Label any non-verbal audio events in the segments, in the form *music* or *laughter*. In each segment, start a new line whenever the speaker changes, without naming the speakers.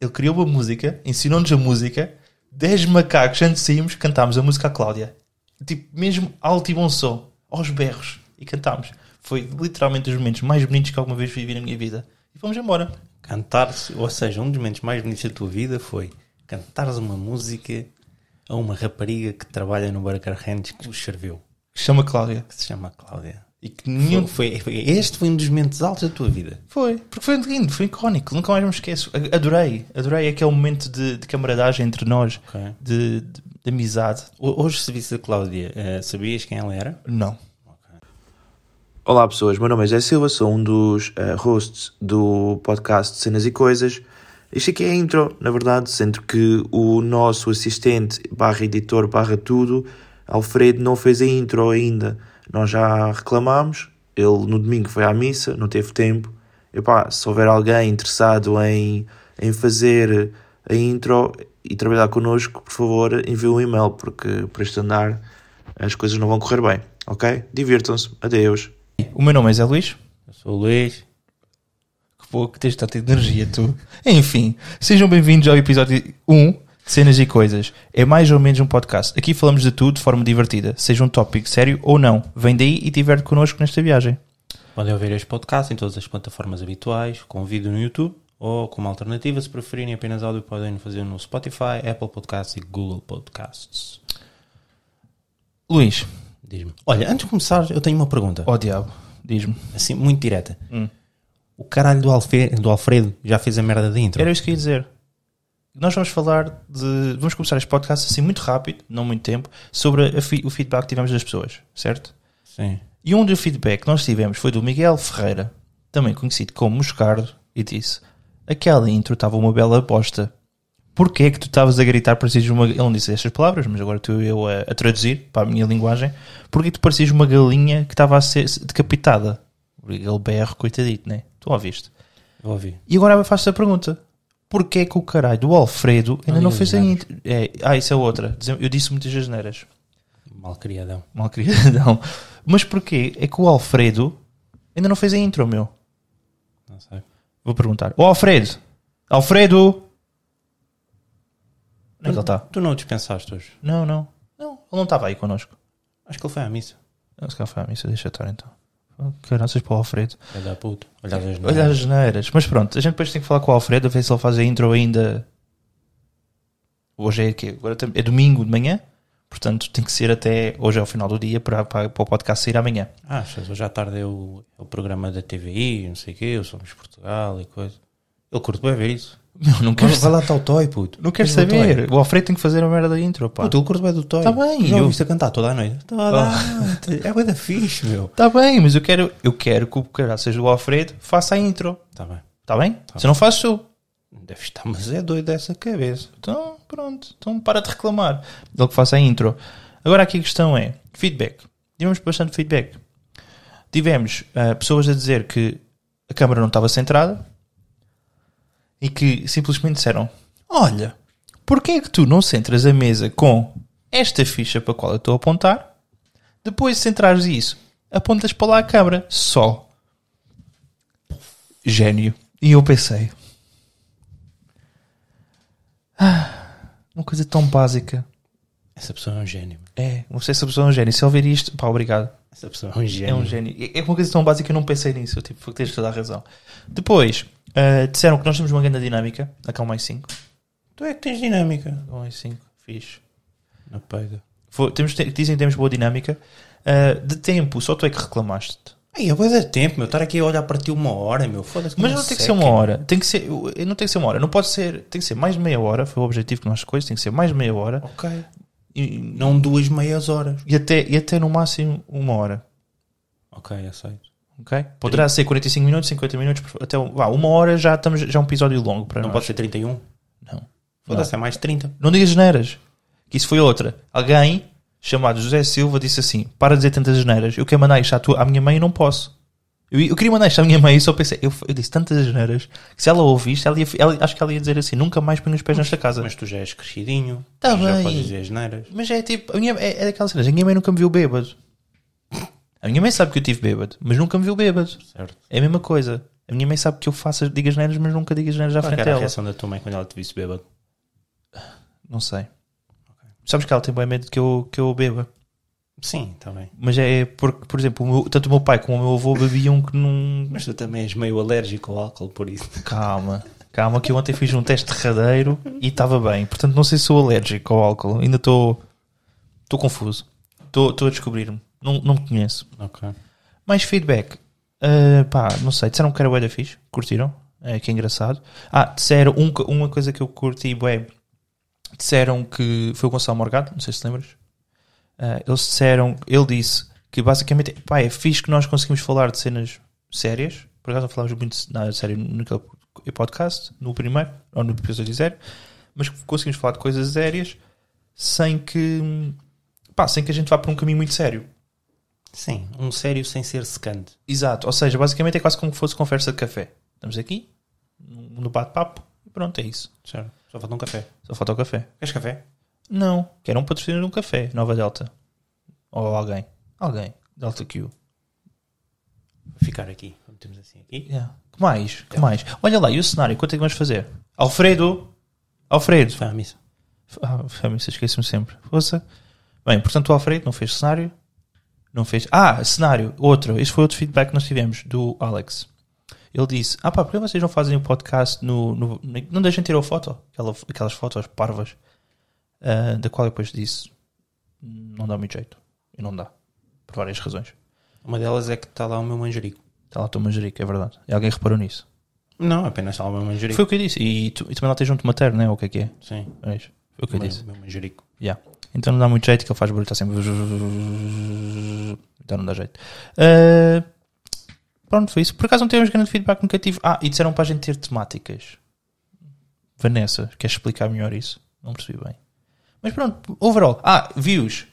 Ele criou uma música, ensinou-nos a música, 10 macacos antes de sairmos cantámos a música à Cláudia. Tipo, mesmo alto e bom som, aos berros, e cantámos. Foi literalmente um dos momentos mais bonitos que alguma vez vivi na minha vida. E fomos embora.
Cantar, ou seja, um dos momentos mais bonitos da tua vida foi cantares uma música a uma rapariga que trabalha no Burger Ranch que nos serviu,
Chama Cláudia.
que se chama Cláudia.
E que nenhum.
Foi, foi- este foi um dos momentos altos da tua vida.
Foi, porque foi lindo, foi icónico, nunca mais me esqueço. A- Adorei, adorei aquele momento de, de camaradagem entre nós,
Ok.
de, de- de amizade.
Ho- Hoje, se visse a Cláudia, eh, sabias quem ela era?
Não.
Olá pessoas, meu nome é José Silva, sou um dos eh, hosts do podcast Cenas e Coisas. Isto aqui é a intro, na verdade, sendo que o nosso assistente barra editor barra tudo, Alfredo, não fez a intro ainda. Nós já reclamámos, ele no domingo foi à missa, não teve tempo. Epá, se houver alguém interessado em, em fazer a intro e trabalhar connosco, por favor, envie um e-mail, porque para este andar as coisas não vão correr bem, ok? Divirtam-se, adeus.
O meu nome é Zé Luís.
Eu sou o Luís.
Que boa que tens de ter energia, tu. Enfim, sejam bem-vindos ao episódio 1 de Cenas e Coisas. É mais ou menos um podcast. Aqui falamos de tudo de forma divertida, seja um tópico sério ou não. Vem daí e diverte connosco nesta viagem.
Podem ouvir este podcast em todas as plataformas habituais, com vídeo no YouTube ou, como alternativa, se preferirem apenas áudio, podem fazer no Spotify, Apple Podcasts e Google Podcasts.
Luís,
Diz-me. Olha, antes de começar, eu tenho uma pergunta,
ó diabo, Então. diz-me.
assim, muito direta.
Hum.
O caralho do, Alfe- do Alfredo já fez a merda da intro.
Era isso que eu ia dizer. Nós vamos falar de. Vamos começar este podcast assim muito rápido, não muito tempo, sobre a fi- o feedback que tivemos das pessoas, certo?
Sim.
E um do feedback que nós tivemos foi do Miguel Ferreira, também conhecido como Moscardo, e disse: Aquela intro estava uma bela aposta. Porquê é que tu estavas a gritar parecias uma. Ele não disse estas palavras, mas agora estou eu a, a traduzir para a minha linguagem. Porquê tu parecias uma galinha que estava a ser decapitada? Ele BR, coitadito, né? Tu ouviste.
Eu ouvi.
E agora faço a pergunta: porquê que o caralho do Alfredo ainda não,
digas
fez a intro? É, ah, isso é outra. Dizer- Eu disse muitas asneiras.
Malcriadão.
Mal *laughs* queridão. Mas porquê é que o Alfredo ainda não fez a intro, meu?
Não sei.
Vou perguntar: Ó Alfredo! Alfredo! Onde é que ele está?
Tu não o dispensaste hoje.
Não, não. Não, ele não estava aí connosco.
Acho que ele foi à missa.
Não, se calhar foi a missa, deixa eu estar então. Caraças para o Alfredo.
Olha a puto. Olha as asneiras.
Olha as neiras. Mas pronto, a gente depois tem que falar com o Alfredo, a ver se ele faz a intro ainda. Hoje é que Agora tem- é domingo de manhã, portanto tem que ser até hoje ao final do dia para, para, para o podcast sair amanhã.
Ah, Achas? Hoje à tarde é o, é o programa da TVI, não sei o quê, eu Somos Portugal e coisa. Eu curto bem ver isso.
Não, não quero,
Mas vai lá estar o Toy, puto.
não quero
Tens o Toy.
saber. O Alfredo tem que fazer a merda da intro, pá.
Puto, eu curto bem do Toy.
Tá bem,
Já
eu- Oh.
ouviste a cantar toda a noite? Toda a noite. É bem da fixe, meu.
Está Tá bem, mas eu quero, eu quero que o caraças do Alfredo faça a intro.
Tá bem.
Está bem? Se não fazes tu.
Deve estar, mas é doido essa cabeça.
Então, pronto. Então, para de reclamar. Ele que faça a intro. Agora, aqui a questão é: feedback. Tivemos bastante feedback. Tivemos ah, pessoas a dizer que a câmara não estava centrada e que simplesmente disseram: Olha, porquê é que tu não centras a mesa com esta ficha para a qual eu estou a apontar? Depois de centrares isso, apontas para lá a câmara só. Gênio. E eu pensei: "Ah, uma coisa tão básica.
Essa pessoa é um gênio. meu.
É, não sei se a pessoa é um gênio. Se ouvir isto, pá, obrigado.
Essa pessoa é um
É
gênio.
um gênio. É- É uma coisa tão básica que eu não pensei nisso. Eu, Tipo, foi que tens toda a razão. Depois, ah, disseram que nós temos uma grande dinâmica. Aqui é mais 5.
Tu é que tens dinâmica.
mais 5, fixe.
Na peida.
Foi- temos, te- dizem que temos boa dinâmica. Ah, de tempo, só tu é que reclamaste.
Ai, é bué de tempo, meu. Estar aqui a olhar para ti uma hora, meu. Foda-se.
Mas
como é
não tem que
seca.
ser uma hora. Tem que ser, eu- eu não tem que ser uma hora. Não pode ser. Tem que ser mais de meia hora. Foi o objetivo que nós escolhemos. Tem que ser mais de meia hora.
Ok.
E,
Não duas meias horas.
e até, e até no máximo uma hora.
Ok, aceito.
Ok? Poderá ser 45 minutos, 50 minutos, por- até um- vá, uma hora já estamos já é um episódio longo para
Não
nós.
pode ser 31?
Não.
Foda-se, é mais 30.
Não digas geneiras. Que isso foi outra. Alguém chamado José Silva disse assim: para de dizer tantas geneiras, eu quero mandar isto à, tua, à minha mãe e não posso. Eu, eu queria mandar isto à minha mãe e só pensei, eu, eu disse tantas geneiras que se ela ouvir isto, ela ia- ela- acho que ela ia dizer assim: nunca mais ponho os pés nesta casa.
Mas tu já és crescidinho.
Tá
já
bem.
podes dizer as neiras.
Mas é tipo, a minha, é, é daquelas cenas, a minha mãe nunca me viu bêbado. A minha mãe sabe que eu tive bêbado, mas nunca me viu bêbado.
Certo.
É a mesma coisa. A minha mãe sabe que eu faço, digo as neiras, mas nunca digo as neiras à
Qual é que
frente
era a
dela.
reação da tua mãe quando ela te visse bêbado?
Não sei. Sabes que ela tem bem medo que eu, que eu beba.
Sim, tá também.
Mas é porque, por exemplo, o meu- tanto o meu pai como o meu avô bebiam que não.
Mas tu também és meio alérgico ao álcool, por isso.
Calma, calma, que eu ontem fiz um teste derradeiro e estava bem. Portanto, não sei se sou alérgico ao álcool. Ainda estou. Estou confuso. Estou estou a descobrir-me. Não, não me conheço.
Ok.
Mais feedback. Ah, pá, não sei. Disseram que era bué da fixe. Curtiram? É, que é engraçado. Ah, disseram um co- uma coisa que eu curti bué. Disseram que foi o Gonçalo Morgado, não sei se te lembras. Ah, eles disseram, ele disse que basicamente, pá, é fixe que nós conseguimos falar de cenas sérias. Por acaso não falámos muito de nada sério naquele podcast, no primeiro, ou no episódio zero. Mas que conseguimos falar de coisas sérias sem que, pá, sem que a gente vá por um caminho muito sério.
Sim, um sério sem ser secante.
Exato, ou seja, basicamente é quase como se fosse conversa de café. Estamos aqui, no no bate-papo, e pronto, é isso.
Certo. Só falta um café.
Só falta o café.
Queres café?
Não, quero um patrocínio de um café, Nova Delta. Ou alguém. Alguém. Delta Q.
Vou ficar aqui. Metemos assim aqui.
Yeah. Que mais? Que mais? Olha lá, e o cenário? Quanto é que vamos fazer? Alfredo! Alfredo!
Foi à missa.
Ah, família, esqueço-me sempre. Força. Bem, portanto, o Alfredo não fez cenário. Não fez. Ah, cenário, outro. Este foi outro feedback que nós tivemos do Alex. Ele disse: Ah, pá, por que vocês não fazem o podcast no. no- não deixem tirar a foto? Aquela- aquelas fotos parvas. ah, da qual eu depois disse: Não dá muito jeito. E não dá. Por várias razões.
Uma delas é que está lá o meu manjerico.
Está lá o teu manjerico, é verdade. E alguém reparou nisso.
Não, apenas está lá o meu manjerico.
Foi o que eu disse. E, tu, e também lá tens junto materno, não é? O que é que é?
Sim.
É isso. Foi o que eu
o meu-
disse.
meu manjerico.
Yeah. Então não dá muito jeito que ele faz barulho, está sempre. Então não dá jeito. Ah, pronto, foi isso. Por acaso não tivemos grande feedback negativo. Ah, e disseram para a gente ter temáticas. Vanessa, queres explicar melhor isso? Não percebi bem. Mas pronto, overall. Ah, views.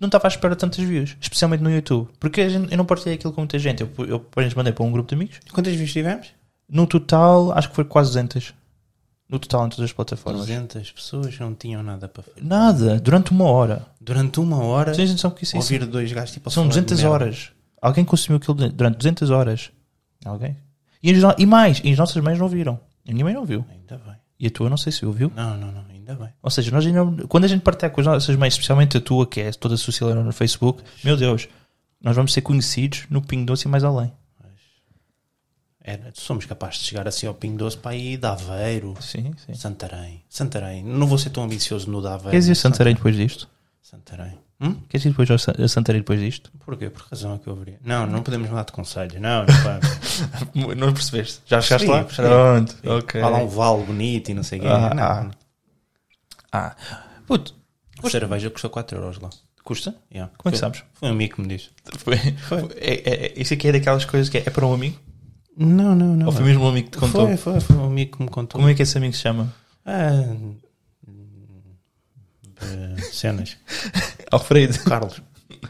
Não estava à espera de tantas views, especialmente no YouTube. Porque a gente- eu não partilhei aquilo com muita gente. Eu, eu apenas mandei para um grupo de amigos.
Quantas vezes tivemos?
No total, acho que foi quase 200. No total, em todas as plataformas.
200 pessoas não tinham nada para fazer.
Nada, durante uma hora.
Durante uma hora,
Vocês não sabem o que isso é?
ouvir dois gajos tipo a
São
falar de
200
merda.
horas. Alguém consumiu aquilo de- durante 200 horas. Alguém? E, as no- e mais, e as nossas mães não viram. A minha mãe não viu.
Ainda bem.
E a tua não sei se ouviu.
Não, não, não, ainda bem.
Ou seja, nós ainda, quando a gente partilha com as nossas mães, especialmente a tua, que é toda socialera no Facebook, meu Deus, nós vamos ser conhecidos no Pingo Doce e mais além.
Era, somos capazes de chegar assim ao Pingo Doce para ir de Aveiro,
Sim, sim.
Santarém. Santarém. Não vou ser tão ambicioso no de Aveiro.
Queres ir a Santarém depois disto?
Santarém. Hum?
Queres ir depois ao Sa- a Santarém depois disto?
Porquê? Por que razão é que eu viria? Não,
Hum.
não podemos mudar de conselho. Não, não
*laughs*
vamos.
Não percebeste? Já
chegaste lá?
Pronto, ok.
Há lá um vale bonito e não sei o quê.
Ah,
não,
ah. Ah, puto,
A cerveja custou 4 euros lá.
custa?
Yeah.
ah. Como é que
Foi-
sabes?
Foi um amigo que me disse.
Foi. É, é- é- isso aqui é daquelas coisas que é, é para um amigo?
Não, não, não.
Ou foi mesmo um amigo que te contou?
Foi, foi, foi um amigo que me contou.
Como é que esse amigo se chama?
Ah, hum, eh, cenas.
Alfredo.
*laughs* Carlos.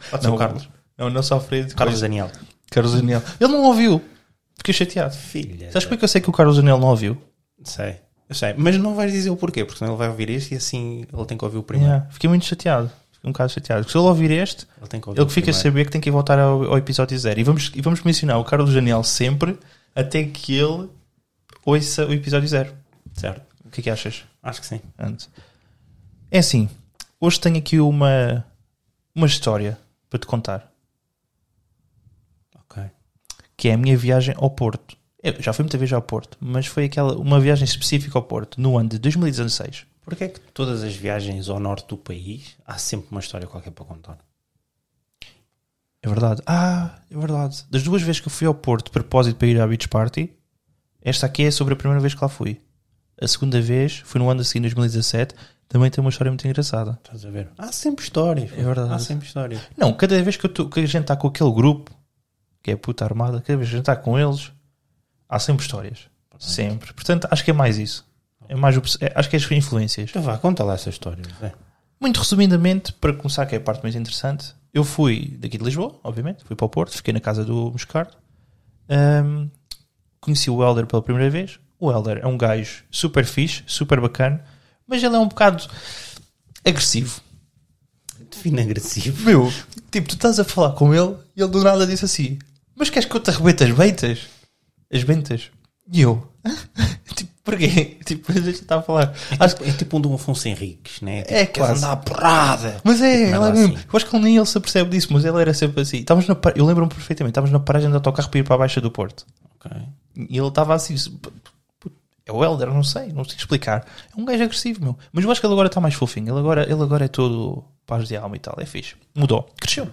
Pode ser o Carlos.
Não, não só Alfredo.
Carlos Daniel.
Carlos um Daniel. Ele não ouviu. Fiquei chateado.
Filha.
Sabes como é que eu sei que o Carlos Daniel não ouviu?
da- Sei. Eu sei. Mas não vais dizer o porquê, porque senão ele vai ouvir isto e assim ele tem que ouvir o primeiro.
Yeah, Fiquei muito chateado. Fiquei um bocado chateado. Porque se ele ouvir este,
Ele tem que ouvir
ele
o
que fica a
primeiro.
saber que tem que ir voltar ao, ao episódio zero. E vamos, e vamos mencionar o Carlos Daniel sempre até que ele ouça o episódio zero.
Certo.
O que é que achas?
Acho que sim.
Antes. É assim, hoje tenho aqui uma, uma história para te contar,
Ok.
que é a minha viagem ao Porto. Eu já fui muita vez ao Porto, mas foi aquela uma viagem específica ao Porto, no ano de 2016.
Porquê é que todas as viagens ao norte do país há sempre uma história qualquer para contar?
É verdade. Ah, é verdade. Das duas vezes que eu fui ao Porto de propósito para ir à Beach Party, esta aqui é sobre a primeira vez que lá fui. A segunda vez foi no ano a seguir, 2017, também tem uma história muito engraçada.
Estás a ver? Há sempre histórias.
É verdade.
Há sempre histórias.
Não, cada vez que, eu tô- que a gente está com aquele grupo, que é puta armada, cada vez que a gente está com eles, há sempre histórias. Sempre. Portanto, acho que é mais isso. É mais, o- é- acho que é as influências.
Então vá, conta lá essa história. Zé.
Muito resumidamente, para começar, que é a parte mais interessante, eu fui daqui de Lisboa, obviamente, fui para o Porto, fiquei na casa do Moscardo, Ahm, conheci o Helder pela primeira vez. O Helder é um gajo super fixe, super bacana, mas ele é um bocado agressivo.
Define agressivo.
Meu, tipo, tu estás a falar com ele e ele do nada disse assim: Mas queres que eu te arrebente as beitas? as bentas. E eu, *laughs* tipo, porquê? *laughs* Tipo, a gente está a falar. Acho que-
É tipo um Dom Afonso Henriques, né? É, tipo,
É,
queres
quase.
andar à porrada.
Mas é,
Tipo,
ela é
nada
mesmo.
assim.
Eu acho que ele nem ele se apercebe disso, mas ele era sempre assim. Estávamos na, par- eu lembro-me perfeitamente, estávamos na paragem de autocarro para ir para a Baixa do Porto.
Ok.
E ele estava assim. se- p- p- É o Helder, não sei, não sei explicar. É um gajo agressivo, meu. Mas eu acho que ele agora está mais fofinho. Ele agora, ele agora é todo paz de alma e tal. É fixe. Mudou. Cresceu.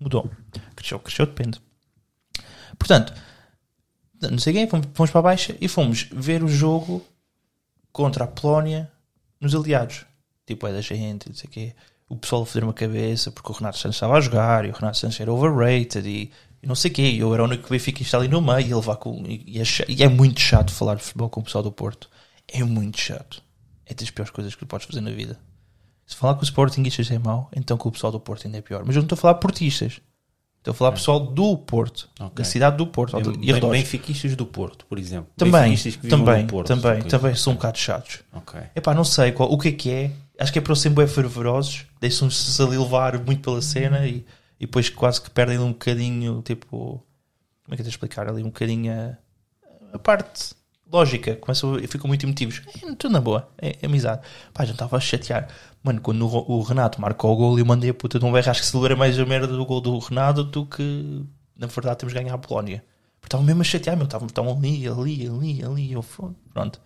Mudou. Cresceu, cresceu, depende. Portanto, não sei quem, fomos, fomos para a baixa e fomos ver o jogo contra a Polónia nos aliados. Tipo, é da gente, não sei o quê. O pessoal a fazer uma cabeça porque o Renato Santos estava a jogar e o Renato Santos era overrated e, e não sei o quê. E eu era o único benfiquista está ali no meio e ele vai com. E, e é, cha- e é muito chato falar de futebol com o pessoal do Porto. É muito chato. É das piores coisas que tu podes fazer na vida. Se falar com os Sportingistas é mau, então com o pessoal do Porto ainda é pior. Mas eu não estou a falar portistas. Estou a falar pessoal do Porto,
Ok.
da cidade do Porto.
Bem-
e
bem-
arredores.
Benfiquistas do Porto, por exemplo.
Também,
Benfiquistas que vivam
também,
do Porto,
também,
ok.
também são um bocado chatos.
Ok.
Epá, não sei qual, o que é que é. Acho que é para serem bem fervorosos, deixam-se ali levar muito pela cena e, e depois quase que perdem ali um bocadinho, tipo... Como é que eu tenho de explicar? Ali um bocadinho a, a parte lógica. Começam, a- ficam muito emotivos. É tudo na boa, é, é amizade. Pá, já estava a chatear. Mano, quando o, Ro- o Renato marcou o gol eu mandei a puta de um berro, acho que celebrei mais a merda do gol do Renato do que, na verdade, temos ganho a Polónia. Porque Estavam mesmo a chatear, meu. Estavam estavam ali, ali, ali, ali. Eu, fo- pronto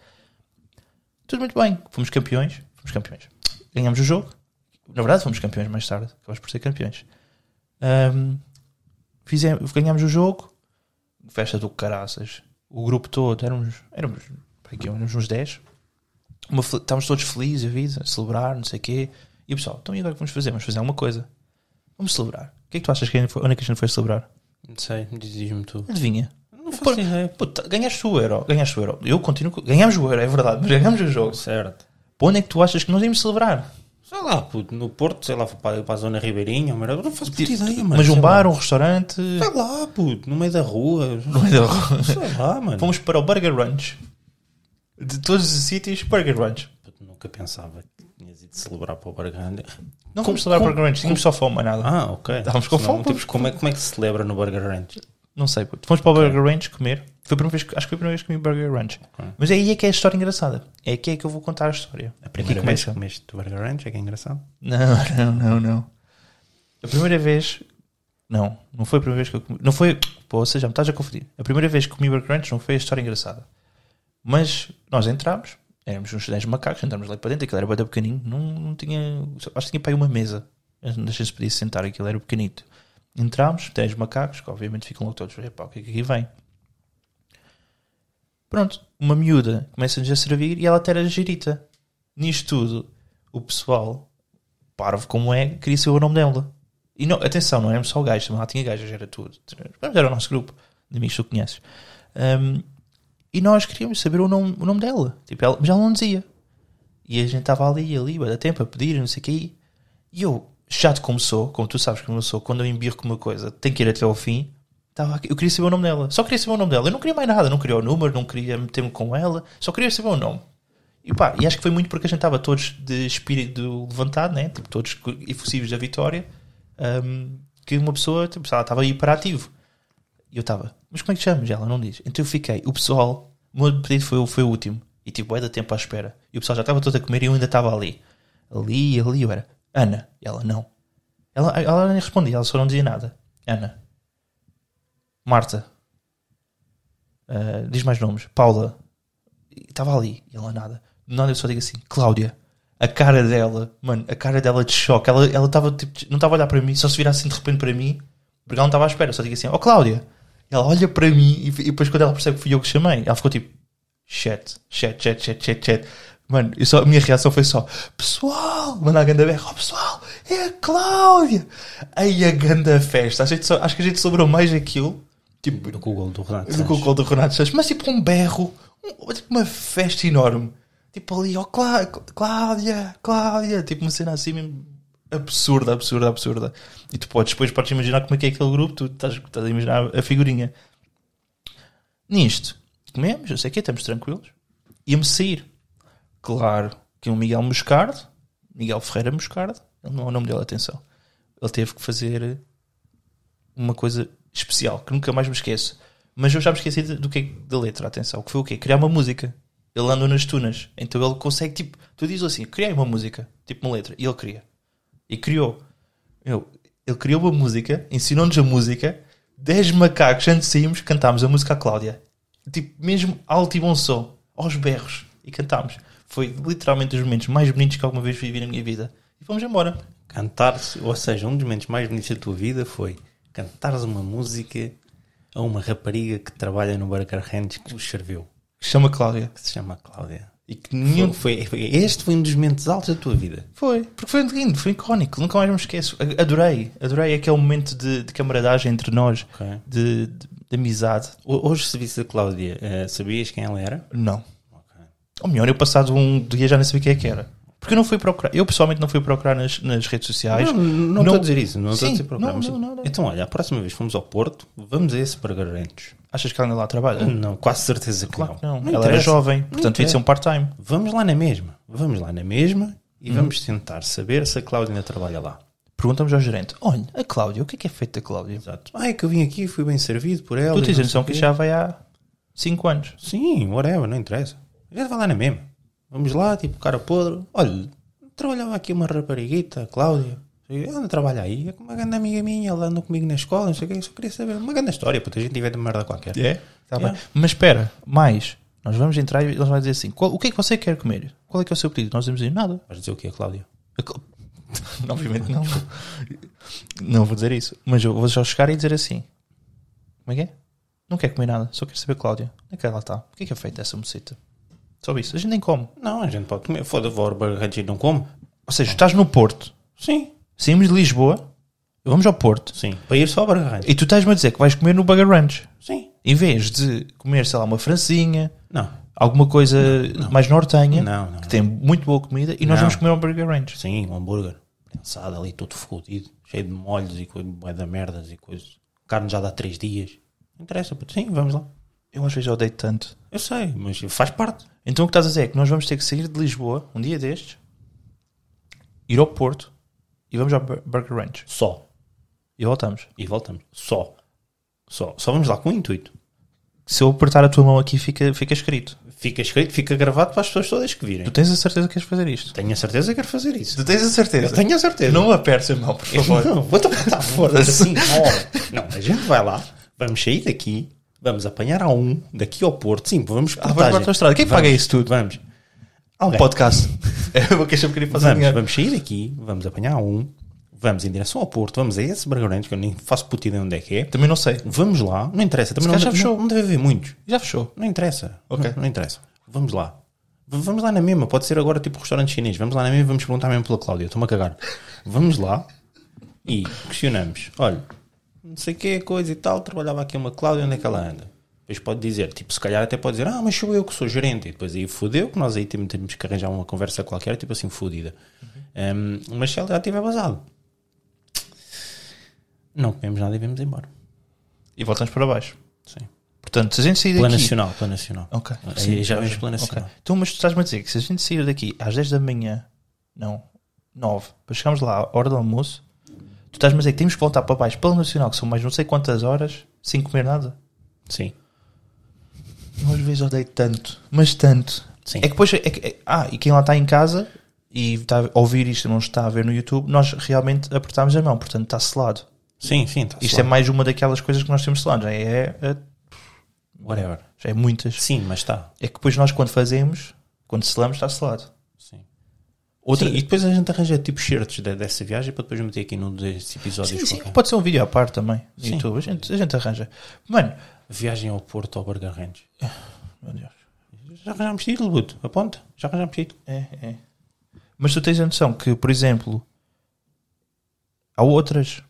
tudo muito bem. Fomos campeões, fomos campeões. Ganhamos o jogo. Na verdade, fomos campeões mais tarde. Acabamos por ser campeões. Ahm, fizemos, ganhamos o jogo. Festa do caraças. O grupo todo, éramos, éramos, pá, aqui, éramos uns 10. Uma fel- estávamos todos felizes, a vida, a celebrar, não sei o quê. E o pessoal, então e agora o que vamos fazer? Vamos fazer alguma coisa. Vamos celebrar. O que é que tu achas que a gente foi, onde é que a gente foi celebrar?
Não sei, diz- diz-me tu.
Adivinha?
Não
Pô,
faço ideia.
puta, ganhaste o euro, ganhaste o euro. Eu continuo. com- Ganhamos o euro, é verdade, mas ganhamos o jogo.
Certo.
Para onde é que tu achas que nós íamos celebrar?
Sei lá, puto, no Porto, sei lá, vou para, para a zona ribeirinha, mas eu não faço puta ideia, mano.
Mas um
sei
bar,
lá.
um *laughs* restaurante.
Sei lá, puto, no meio da rua.
*laughs*
Sei lá, mano.
é Fomos para o Burger Ranch. De todos os sítios, Burger Ranch.
Puto, nunca pensava que tinhas ido celebrar para o Barganha.
Não fomos celebrar Burger Ranch, tínhamos só fome, mais nada.
Ah, ok.
Estávamos com
Não,
fome,
tipo, como, é, como é que se celebra no Burger Ranch?
Não sei, puto. Fomos para o Burger Ranch comer. Foi a primeira vez, que- acho que foi a primeira vez que comi Burger Ranch. Mas é aí é que é a história engraçada. É aqui é que eu vou contar a história.
A primeira
Aqui
vez
começa.
que comeste Burger Ranch, é que é engraçado.
Não, *laughs* não, não, não. A primeira vez. Não, não foi a primeira vez que eu comi. Não foi. Pô, ou seja, me estás a confundir. A primeira vez que comi Burger Ranch não foi a história engraçada. Mas nós entramos, éramos uns 10 macacos, entramos lá para dentro, aquilo era bem pequenino, não, não tinha. Acho que tinha para aí uma mesa. Não sei se podia sentar, aquilo era pequenito. Entramos, 10 macacos, que obviamente ficam logo todos. Epá, o que é que aqui vem? Pronto, uma miúda começa-nos a servir e ela até era girita. Nisto tudo, o pessoal, parvo como é, queria saber o nome dela. E não, atenção, não éramos só gajos, também lá tinha gajas, era tudo. Mas era o nosso grupo de amigos que tu conheces. Ahm, e nós queríamos saber o nome, o nome dela. Tipo, ela, mas ela não dizia. E a gente estava ali, ali, bué da tempo, a pedir, não sei o quê. E eu, chato como sou, como tu sabes como eu sou, quando eu embirro com uma coisa, tenho que ir até ao fim. Estava aqui- eu queria saber o nome dela. Só queria saber o nome dela. Eu não queria mais nada. Não queria o número, não queria meter-me com ela. Só queria saber o nome. E pá, e acho que foi muito porque a gente estava todos de espírito levantado, né? Tipo, todos co- efusives da vitória. hum, que uma pessoa, tipo, sei lá, estava hiperativo. E eu estava, mas como é que te chamas? Ela não diz. Então eu fiquei, o pessoal, o meu pedido foi, o- foi o último. E tipo, é da tempo à espera. E o pessoal já estava todo a comer e eu ainda estava ali. Ali, ali, eu era, Ana. E ela, não. Ela, ela nem respondia, ela só não dizia nada. Ana. Marta. Ah, diz mais nomes. Paula. E Estava ali. E ela nada. Do nada eu só digo assim, Cláudia. A cara dela, mano, a cara dela de choque. Ela ela estava, tipo, não estava a olhar para mim, só se virasse assim de repente para mim, porque ela não estava à espera. Eu só digo assim, ó Cláudia. E ela olha para mim e, e depois quando ela percebe que fui eu que chamei, ela ficou tipo, chat, chat, chat, chat, chat, chat. Mano, eu só, a minha reação foi só, pessoal, mandar a ganda berra, oh, pessoal, é a Cláudia. Aí a ganda festa. A gente só- acho que a gente sobrou mais aquilo, tipo,
Do Google, do
do
Renato.
que o
Sanches.
gol do Renato Sanches, mas tipo um berro, um- tipo uma festa enorme. Tipo ali, ó Clá- Cláudia, Cláudia, tipo uma cena assim mesmo absurda, absurda, absurda. E tu podes, depois podes imaginar como é que é aquele grupo, tu estás, estás a imaginar a figurinha. Nisto, comemos, eu sei que estamos tranquilos, ia-me sair. Claro que o Miguel Moscardo, Miguel Ferreira Moscardo, ele não é o nome dele, atenção, ele teve que fazer uma coisa especial que nunca mais me esqueço. Mas eu já me esqueci de- do que é- da letra, atenção. Que foi o quê? Criar uma música. Ele andou nas tunas. Então ele consegue, tipo, tu dizes assim, criei uma música, tipo uma letra. E ele cria. E criou. Eu, ele criou uma música, ensinou-nos a música. 10 macacos, antes de sairmos, cantámos a música à Cláudia. Tipo, mesmo alto e bom som, aos berros. E cantámos. Foi literalmente os momentos mais bonitos que alguma vez vivi na minha vida. E fomos embora.
Cantar, ou seja, um dos momentos mais bonitos da tua vida foi cantares uma música a uma rapariga que trabalha no Burger Ranch que os serviu,
Chama Cláudia.
que se chama Cláudia.
E que nenhum
Foi, foi- este foi um dos momentos altos da tua vida.
Foi, porque foi lindo, foi icónico, nunca mais me esqueço. A- Adorei, adorei aquele momento de, de camaradagem entre nós,
Ok.
de, de- de amizade.
Ho- Hoje se visse a Cláudia, eh, sabias quem ela era?
Não.
Ok.
Ou melhor, eu passado um dia já não sabia quem é que era. Porque eu não fui procurar, eu pessoalmente não fui procurar nas, nas redes sociais.
Não, não estou a dizer isso, não estou a
Sim,
dizer problema.
não,
mas-
não, não, não.
Então, olha, a próxima vez que fomos ao Porto, vamos a esse Burger Ranch.
Achas que ela ainda lá trabalha?
Não, quase certeza que
Claro que
não.
não. ela era
interessa.
jovem, portanto devia
interessa.
ser um part-time.
Vamos lá na mesma, vamos lá na mesma e
Uhum.
vamos tentar saber se a Cláudia ainda trabalha lá.
Perguntamos ao gerente: olha, a Cláudia, o que é que é feito da Cláudia?
Exato. Ah, é que eu vim aqui, fui bem servido por ela.
Tu
e
tens a
não sei
noção
o
que
quê.
já vai há 5 anos.
Sim, whatever, não interessa. A gente vai lá na mesma. Vamos lá, tipo, cara podre. Olha, trabalhava aqui uma rapariguita, a Cláudia. Ela não trabalha aí, é uma grande amiga minha, ela andou comigo na escola, não sei o que, só queria saber. Uma grande história, puta, a gente tiver de merda qualquer.
É? Tá
Yeah.
bem. Mas espera, mais. Nós vamos entrar e eles vão dizer assim: qual- o que é que você quer comer? Qual é que é o seu pedido? Nós vamos dizer nada. *laughs*
Vais dizer o que é, Cláudia?
Eu co- Obviamente não. Não vou dizer isso. Mas eu vou só chegar e dizer assim: Como é que é? Não quer comer nada, só quero saber, Cláudia, onde é que ela está? O que é que é feito dessa moceta? Só isso. A gente nem come.
Não, a gente pode comer. Foda-se, vou ao Burger Ranch e não como.
Ou seja, estás no Porto,
Sim,
saímos de Lisboa, vamos ao Porto
sim. Para ir só ao Burger Ranch.
e tu estás-me a dizer que vais comer no Burger Ranch.
Sim.
Em vez de comer, sei lá, uma francinha,
Não.
alguma coisa mais nortenha,
Não, não,
que tem muito boa comida, e nós
Não.
vamos comer um Burger Ranch.
Sim, um hambúrguer. Pensado ali, todo fodido, cheio de molhos e coisa, bué da merdas e coisas. Carne já dá três dias. Não interessa, puto. Sim, vamos lá.
Eu às vezes odeio tanto.
Eu sei, mas faz parte.
Então o que estás a dizer é que nós vamos ter que sair de Lisboa um dia destes, ir ao Porto e vamos ao Bur- Burger Ranch.
Só.
E voltamos.
E voltamos. Só. Só. Só vamos lá com o intuito.
Se eu apertar a tua mão aqui, fica, fica escrito.
Fica escrito, fica gravado para as pessoas todas que virem.
Tu tens a certeza que queres fazer isto?
Tenho a certeza que quero fazer isso.
tens a certeza?
Eu tenho a certeza.
Não apertes a mão, por favor.
Não, vou tocar tá fora assim, na hora. Não, a gente vai lá, vamos sair daqui, vamos apanhar a um daqui ao Porto. Sim, vamos
Ah, vamos É. para a tua estrada. Quem é que
Vamos,
paga isso tudo?
Vamos.
*laughs*
Alguém.
Podcast. Eu vou queixar-me querer fazer
Vamos,
dinheiro.
vamos sair daqui, vamos apanhar a um, vamos em direção ao Porto, vamos a esse Burger Ranch, que eu nem faço puta ideia onde é que é.
Também não sei.
Vamos lá, não interessa, também não,
calhar já
não,
fechou.
não deve haver muitos.
Já fechou.
Não interessa.
Ok.
Não, não interessa. Vamos lá. V- Vamos lá na mesma. Pode ser agora tipo restaurante chinês. Vamos lá na mesma. Vamos perguntar mesmo pela Cláudia. Estou-me a cagar. Vamos lá e questionamos. Olha, não sei o que, coisa e tal. Trabalhava aqui uma Cláudia. Onde é que ela anda? Depois pode dizer, tipo, se calhar até pode dizer, ah, mas sou eu que sou gerente. E depois aí fodeu, que nós aí temos, temos que arranjar uma conversa qualquer, tipo assim, fodida. Um, mas se ela já estiver basado, não comemos nada e vamos embora.
E voltamos para baixo.
Sim.
Portanto, se a gente sair daqui...
Plano nacional, plano nacional.
Ok.
Aí
Sim,
já vemos plano
Ok.
nacional.
Então, mas tu estás-me a dizer que se a gente sair daqui às 10 da manhã, não, 9, para chegarmos lá à hora do almoço, tu estás-me a dizer que temos que voltar para baixo pelo Nacional, que são mais não sei quantas horas, sem comer nada.
Sim.
Eu às vezes odeio tanto, mas tanto.
Sim.
É que depois. é que- é- ah, e quem lá está em casa e está a ouvir isto e não está a ver no YouTube, nós realmente apertámos a mão, portanto está selado.
Sim, sim. Tá
Isto
suave.
é mais uma daquelas coisas que nós temos selado, já é, é-
Whatever.
já é muitas.
Sim, mas tá, está.
É que depois nós quando fazemos, quando selamos, está selado.
Sim.
Outra,
e depois a gente arranja tipo shirts de- dessa viagem para depois meter aqui num desses episódios.
Sim, sim,
qualquer.
pode ser um vídeo à parte também. No
Sim.
YouTube, a gente, a gente arranja. Mano,
Viagem ao Porto, ao Burger Ranch.
meu Deus.
Já arranjámos título, Buto. Aponta. Já arranjámos título.
É, é. Mas tu tens a noção que, por exemplo, há outras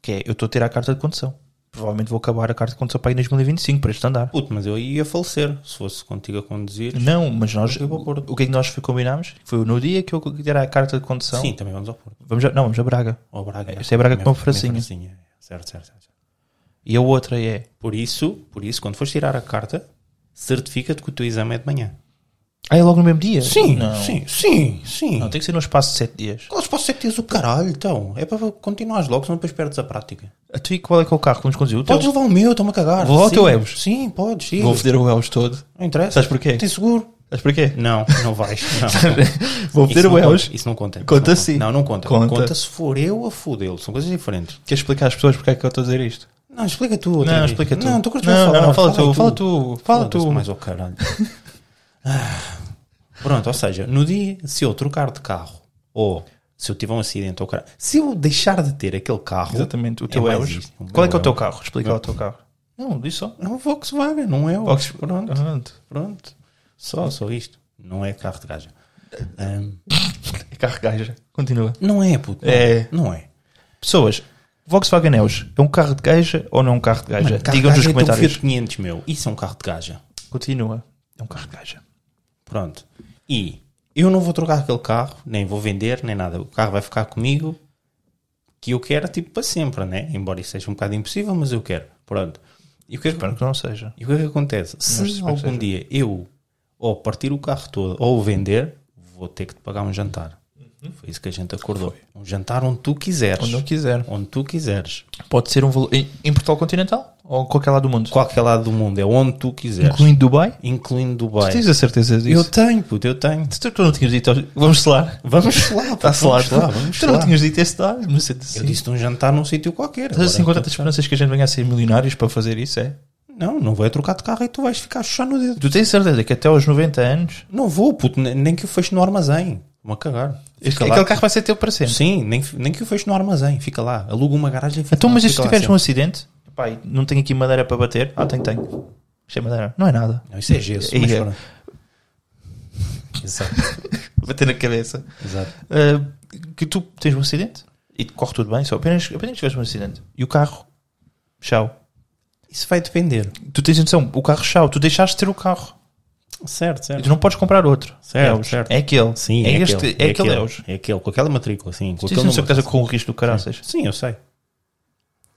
que é eu estou a tirar a carta de condução. Provavelmente vou acabar a carta de condução para ir em 2025 para este andar.
Puto, mas eu ia falecer se fosse contigo a conduzir.
Não, mas nós
Eu vou pôr.
o que é que nós combinámos? Foi no dia que eu tirar a carta de condução.
Sim, também vamos ao Porto.
Vamos a, não, vamos a Braga.
Ou a Braga.
Isto é Braga
Também-
com uma
também
francinha.
francinha. Certo, certo, certo.
E a outra é
Por isso, por isso, quando fores tirar a carta, certifica-te que o teu exame é de manhã.
Ah, é logo no mesmo dia?
Sim,
não.
sim, sim, sim.
Não, tem que ser num espaço de 7 dias.
Qual espaço é que tens o caralho, então? É para continuares logo, senão depois perdes a prática.
A tu e qual é que é o carro que vamos conduzir? O teu?
Podes levar o meu, estou-me a cagar.
Vou levar o
Sim.
teu Ebus.
Sim, podes, sim.
Vou foder o Elves todo.
Não interessa.
Sabes porquê?
Tem seguro.
Sabes porquê?
Não, não
*laughs*
vais. Não.
Vou
Isso
foder
não
o Elves.
conta, Isso não conta.
Conta
Isso
sim.
Não, não conta.
Conta.
Conta, se for eu a fodê-lo. São coisas diferentes.
Queres explicar às pessoas porque é que eu estou a dizer isto?
Não, explica tu. outra
Não,
vez.
explica tu.
Não, tu curtes
não,
falar.
não, fala, tu, fala tu, fala tu.
Foda-se mais ao caralho. Ah, Pronto, ou seja, no dia, se eu trocar de carro ou se eu tiver um acidente ou caralho, se eu deixar de ter aquele carro.
Exatamente, o teu
mais
Elves.
isto, um
Qual é que é o teu
Elvis.
carro? Explica lá o teu carro. Não, diz só.
É um Volkswagen, não é o.
Ox-
Pronto.
Pronto.
Pronto. Só, só isto. Não é carro de gaja. Ahm,
É carro gaja. Continua.
não é, puto. não
É.
Não é.
Pessoas, Volkswagen Elves é um carro de gaja ou não é um carro de gaja?
Mano, carro
Digam-nos
de
nos
gaja é teu
comentários.
Fiat 500, meu. Isso é um carro de gaja.
Continua. É um carro de gaja.
Pronto. E eu não vou trocar aquele carro, nem vou vender, nem nada. O carro vai ficar comigo, que eu quero, tipo, para sempre, né? Embora isso seja um bocado impossível, mas eu quero. Pronto. E o que é que,
Espero que não seja.
e o que, é que acontece? Se
espero que
algum
seja.
dia eu ou partir o carro todo ou o vender, vou ter que te pagar um jantar. Foi isso que a gente acordou. Um jantar onde tu quiseres.
Uhum. Onde eu quiser.
Onde tu quiseres.
Pode ser um valor. Em, em Portugal Continental ou em qualquer lado do mundo.
Qualquer lado do mundo, é onde tu quiseres.
Incluindo Dubai?
Incluindo Dubai.
Tens a certeza disso?
Eu tenho, puto, eu tenho.
Tu, tu não tinhas dito. aos- Vamos selar.
Vamos
*laughs*
lá,
Está Tá selado.
vamos lá, vamos
tu
lá.
não tinhas dito esse dado. Não sei
Eu
assim.
disse de um jantar num sítio qualquer.
Estás
Agora, então.
assim com tantas esperanças que a gente venha a ser milionários para fazer isso, é?
Não, não vai trocar de carro e tu vais ficar chuchar no dedo.
Tu tens certeza que até aos 90 anos
Não vou, puto, ne- nem que o feche no armazém. Uma cagar.
este-
Fica lá.
aquele carro vai ser teu para sempre?
Sim, nem, nem que o feche no armazém. Fica lá, aluga uma garagem. e Fica
Então,
lá,
mas e se
fica lá
tiveres um
sempre.
acidente? Pai, não tenho aqui madeira para bater. Ah, tenho, tenho. Isto é madeira. Não é nada.
Não, isso é gesso.
*laughs* É,
mas
é.
pronto. Exato,
Bater na cabeça.
exato.
Ah, que tu tens um acidente e corre tudo bem, só apenas, apenas tiveste um acidente. E o carro, chau.
Isso vai depender.
Tu tens noção, o carro chau, tu deixaste de ter o carro.
Certo, certo.
Tu não podes comprar outro.
Certo,
Eus.
certo.
É aquele.
Sim,
é,
é,
este,
aquele,
é, aquele Eus.
É aquele, com aquela matrícula, sim. Com
Tu tens
aquele
noção que
número.
estás com o risco do caraças.
Sim, eu sei.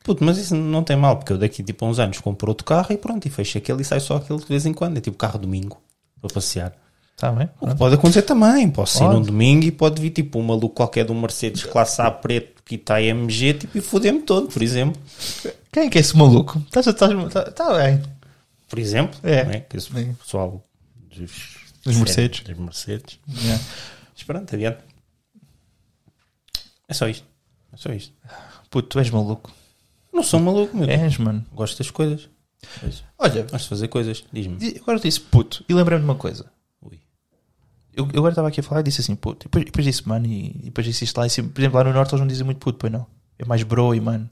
Puto, mas isso não tem mal, porque eu daqui tipo a uns anos compro outro carro e pronto, e fecho aquele e sai só aquele de vez em quando. É tipo carro domingo para passear.
Está Tá bem?
O que pode acontecer também, posso sair
Ah. Pode.
num domingo e pode vir tipo um maluco qualquer de um Mercedes classe A preto que está MG tipo, e foder-me todo, por exemplo.
Quem é que é esse maluco? Estás estás- Está está bem.
Por exemplo,
É.
não Que esse
Sim.
pessoal dos,
Dos Mercedes.
Dos Mercedes.
Yeah.
Mas pronto, adiante. É só isto. É só isto.
Puto, tu és maluco.
Não sou maluco, meu.
És, mano.
Gosto das coisas.
Olha,
Gosto de fazer coisas. Diz-me.
di- agora disse puto e lembrei-me de uma coisa.
Ui.
Eu, eu agora estava aqui a falar e disse assim puto. E depois, depois disse mano e, e depois disse isto lá. em cima. por exemplo, lá no Norte eles não dizem muito puto, pois não. É mais bro e mano.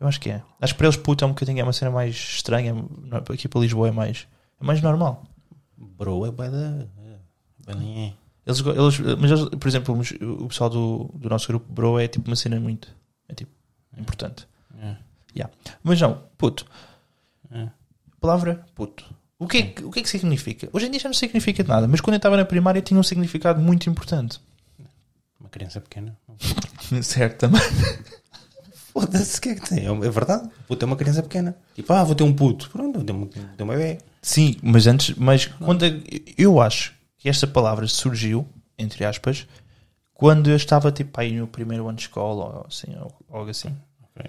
Eu acho que é. Acho que para eles puto é um bocadinho, é uma cena mais estranha. Não, Aqui para Lisboa é mais, é mais normal.
Bro, é bué da... é bué da- é.
Eles, go- eles, mas eles, por exemplo, os- o pessoal do, do nosso grupo bro é tipo uma cena muito, é tipo, importante.
É.
Yeah. Mas não, puto.
É.
Palavra puto. O que, é, que- o que é que significa? Hoje em dia já não significa de nada, mas quando eu estava na primária tinha um significado muito importante. *laughs*
Uma criança pequena.
Certo, também.
Foda-se, o que é que tem? É é verdade. Vou ter uma criança pequena. Tipo, ah, vou ter um puto. Pronto, vou ter um, vou ter um bebê.
Sim, mas antes, mas quando a- eu acho que esta palavra surgiu, entre aspas, quando eu estava tipo aí no primeiro ano de escola ou assim, ou algo assim.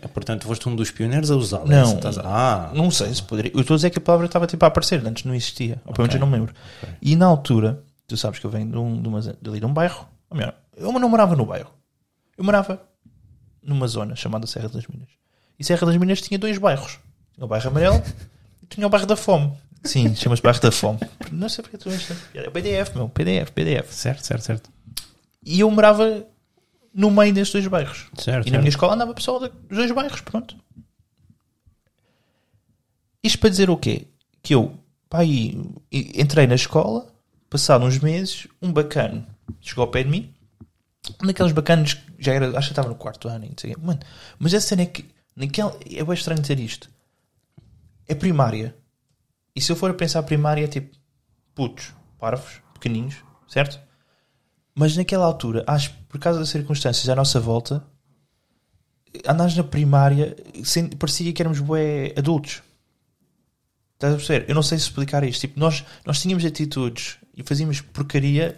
É, Portanto, foste um dos pioneiros a usá-la.
Não.
Essa estás- Ah,
Não sei se poderia. Eu estou a dizer que a palavra estava tipo a aparecer, antes não existia. Ou pelo menos eu não me lembro. E na altura, tu sabes que eu venho de um, de uma, zo- dali de um bairro. Ou melhor, eu não morava no bairro. Eu morava numa zona chamada Serra das Minas. E Serra das Minas tinha dois bairros. Tinha o bairro amarelo e tinha o bairro da fome. Sim, chama-se bairro da fome. Não sei porque tu achas. É o PDF, meu. PDF, PDF.
certo, certo, certo.
E eu morava no meio destes dois bairros.
Certo,
E na minha
certo.
escola andava pessoal da- dos dois bairros, pronto. Isto para dizer o quê? Que eu, pá, aí, e- entrei na escola, passado uns meses, um bacano chegou ao pé de mim, um daqueles bacanos que já era, acho que estava no quarto ano, e não sei o quê. Mano, mas essa cena é que, naquela, é bem estranho dizer isto. É primária. E se eu for a pensar primária, é tipo, putos, parvos, pequeninos, certo? Mas naquela altura, acho, que por causa das circunstâncias à nossa volta, andares na primária, sem- parecia que éramos bué adultos. Estás a perceber? Eu não sei explicar isto. Tipo, nós, nós tínhamos atitudes e fazíamos porcaria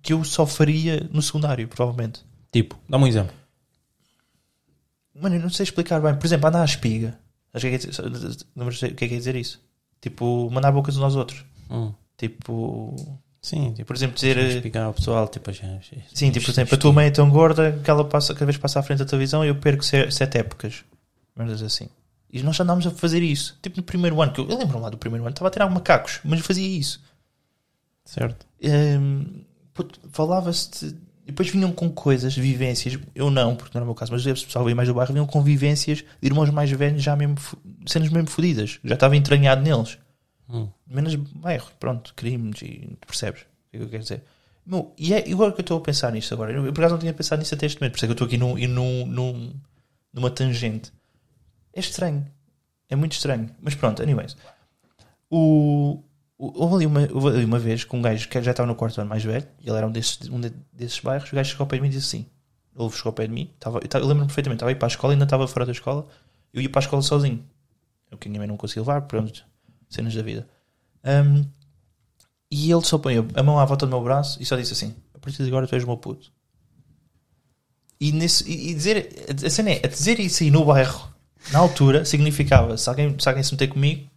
que eu só faria no secundário, provavelmente.
Tipo, dá-me um exemplo.
Mano, eu não sei explicar bem. Por exemplo, andar à espiga. Acho que é, que é dizer- não sei o que é que é dizer isso. Tipo, mandar bocas uns aos outros. Tipo,
Hum. Sim, tipo,
por exemplo, dizer. eh,
explicar ao pessoal, tipo, a gente.
Sim, tipo, por exemplo, a tua mãe é tão gorda que ela passa, cada vez passa à frente da televisão e eu perco se- sete épocas. Merdas assim. E nós andámos a fazer isso. Tipo no primeiro ano, que eu, eu lembro lá do primeiro ano, estava a tirar macacos, mas eu fazia isso.
Certo.
Hum, puto, Falava-se. de- e Depois vinham com coisas, vivências. Eu não, porque não era o meu caso, mas o pessoal veio mais do bairro, vinham com vivências de irmãos mais velhos, já mesmo, fu- cenas mesmo fodidas. Já estava entranhado neles
Hum.
menos bairro, pronto, crimes e tu percebes o que é que eu quero dizer. Meu, e é e agora que eu estou a pensar nisto agora. Eu, eu, por acaso não tinha pensado nisso até este momento, por isso é que eu estou aqui num, e num, num- numa tangente. É estranho, é muito estranho, mas pronto, anyways. O, o- houve, ali uma, houve ali uma vez que um gajo que já estava no quarto ano mais velho, e ele era um desses, um de- desses bairros, o gajo chegou ao pé de mim e disse assim: Ele chegou ao pé de mim, estava, eu, estava- eu lembro-me perfeitamente, estava a ir para a escola, ainda estava fora da escola, eu ia para a escola sozinho. O que a minha mãe não conseguia levar, pronto, cenas da vida. Um, e ele só põe a mão à volta do meu braço e só disse assim: A partir de agora tu és o meu puto. E, nesse, e e dizer, a cena é, a dizer isso aí no bairro, na altura, significava: se alguém se, alguém se meter comigo,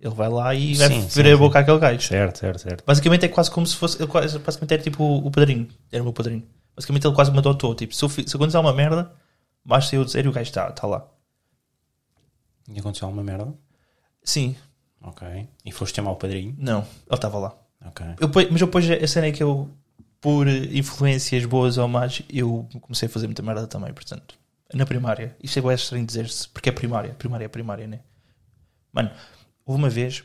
ele vai lá e vai
Uhum. Sim,
virar
sim,
a boca àquele gajo.
Certo, certo, certo.
Basicamente é quase como se fosse. Ele quase, basicamente era tipo o padrinho. Era o meu padrinho. Basicamente ele quase me adotou. Tipo, se, eu fi- se acontecer uma merda, basta eu dizer e o gajo está tá lá.
E aconteceu alguma merda?
Sim,
Ok. E foste chamar o padrinho?
não, ele estava lá.
Ok.
Eu poi- mas depois a cena é que eu, por eh, influências boas ou más, eu comecei a fazer muita merda também, portanto. Na primária. Isto é bem estranho dizer-se, porque é primária. Primária é primária, né? Mano, houve uma vez,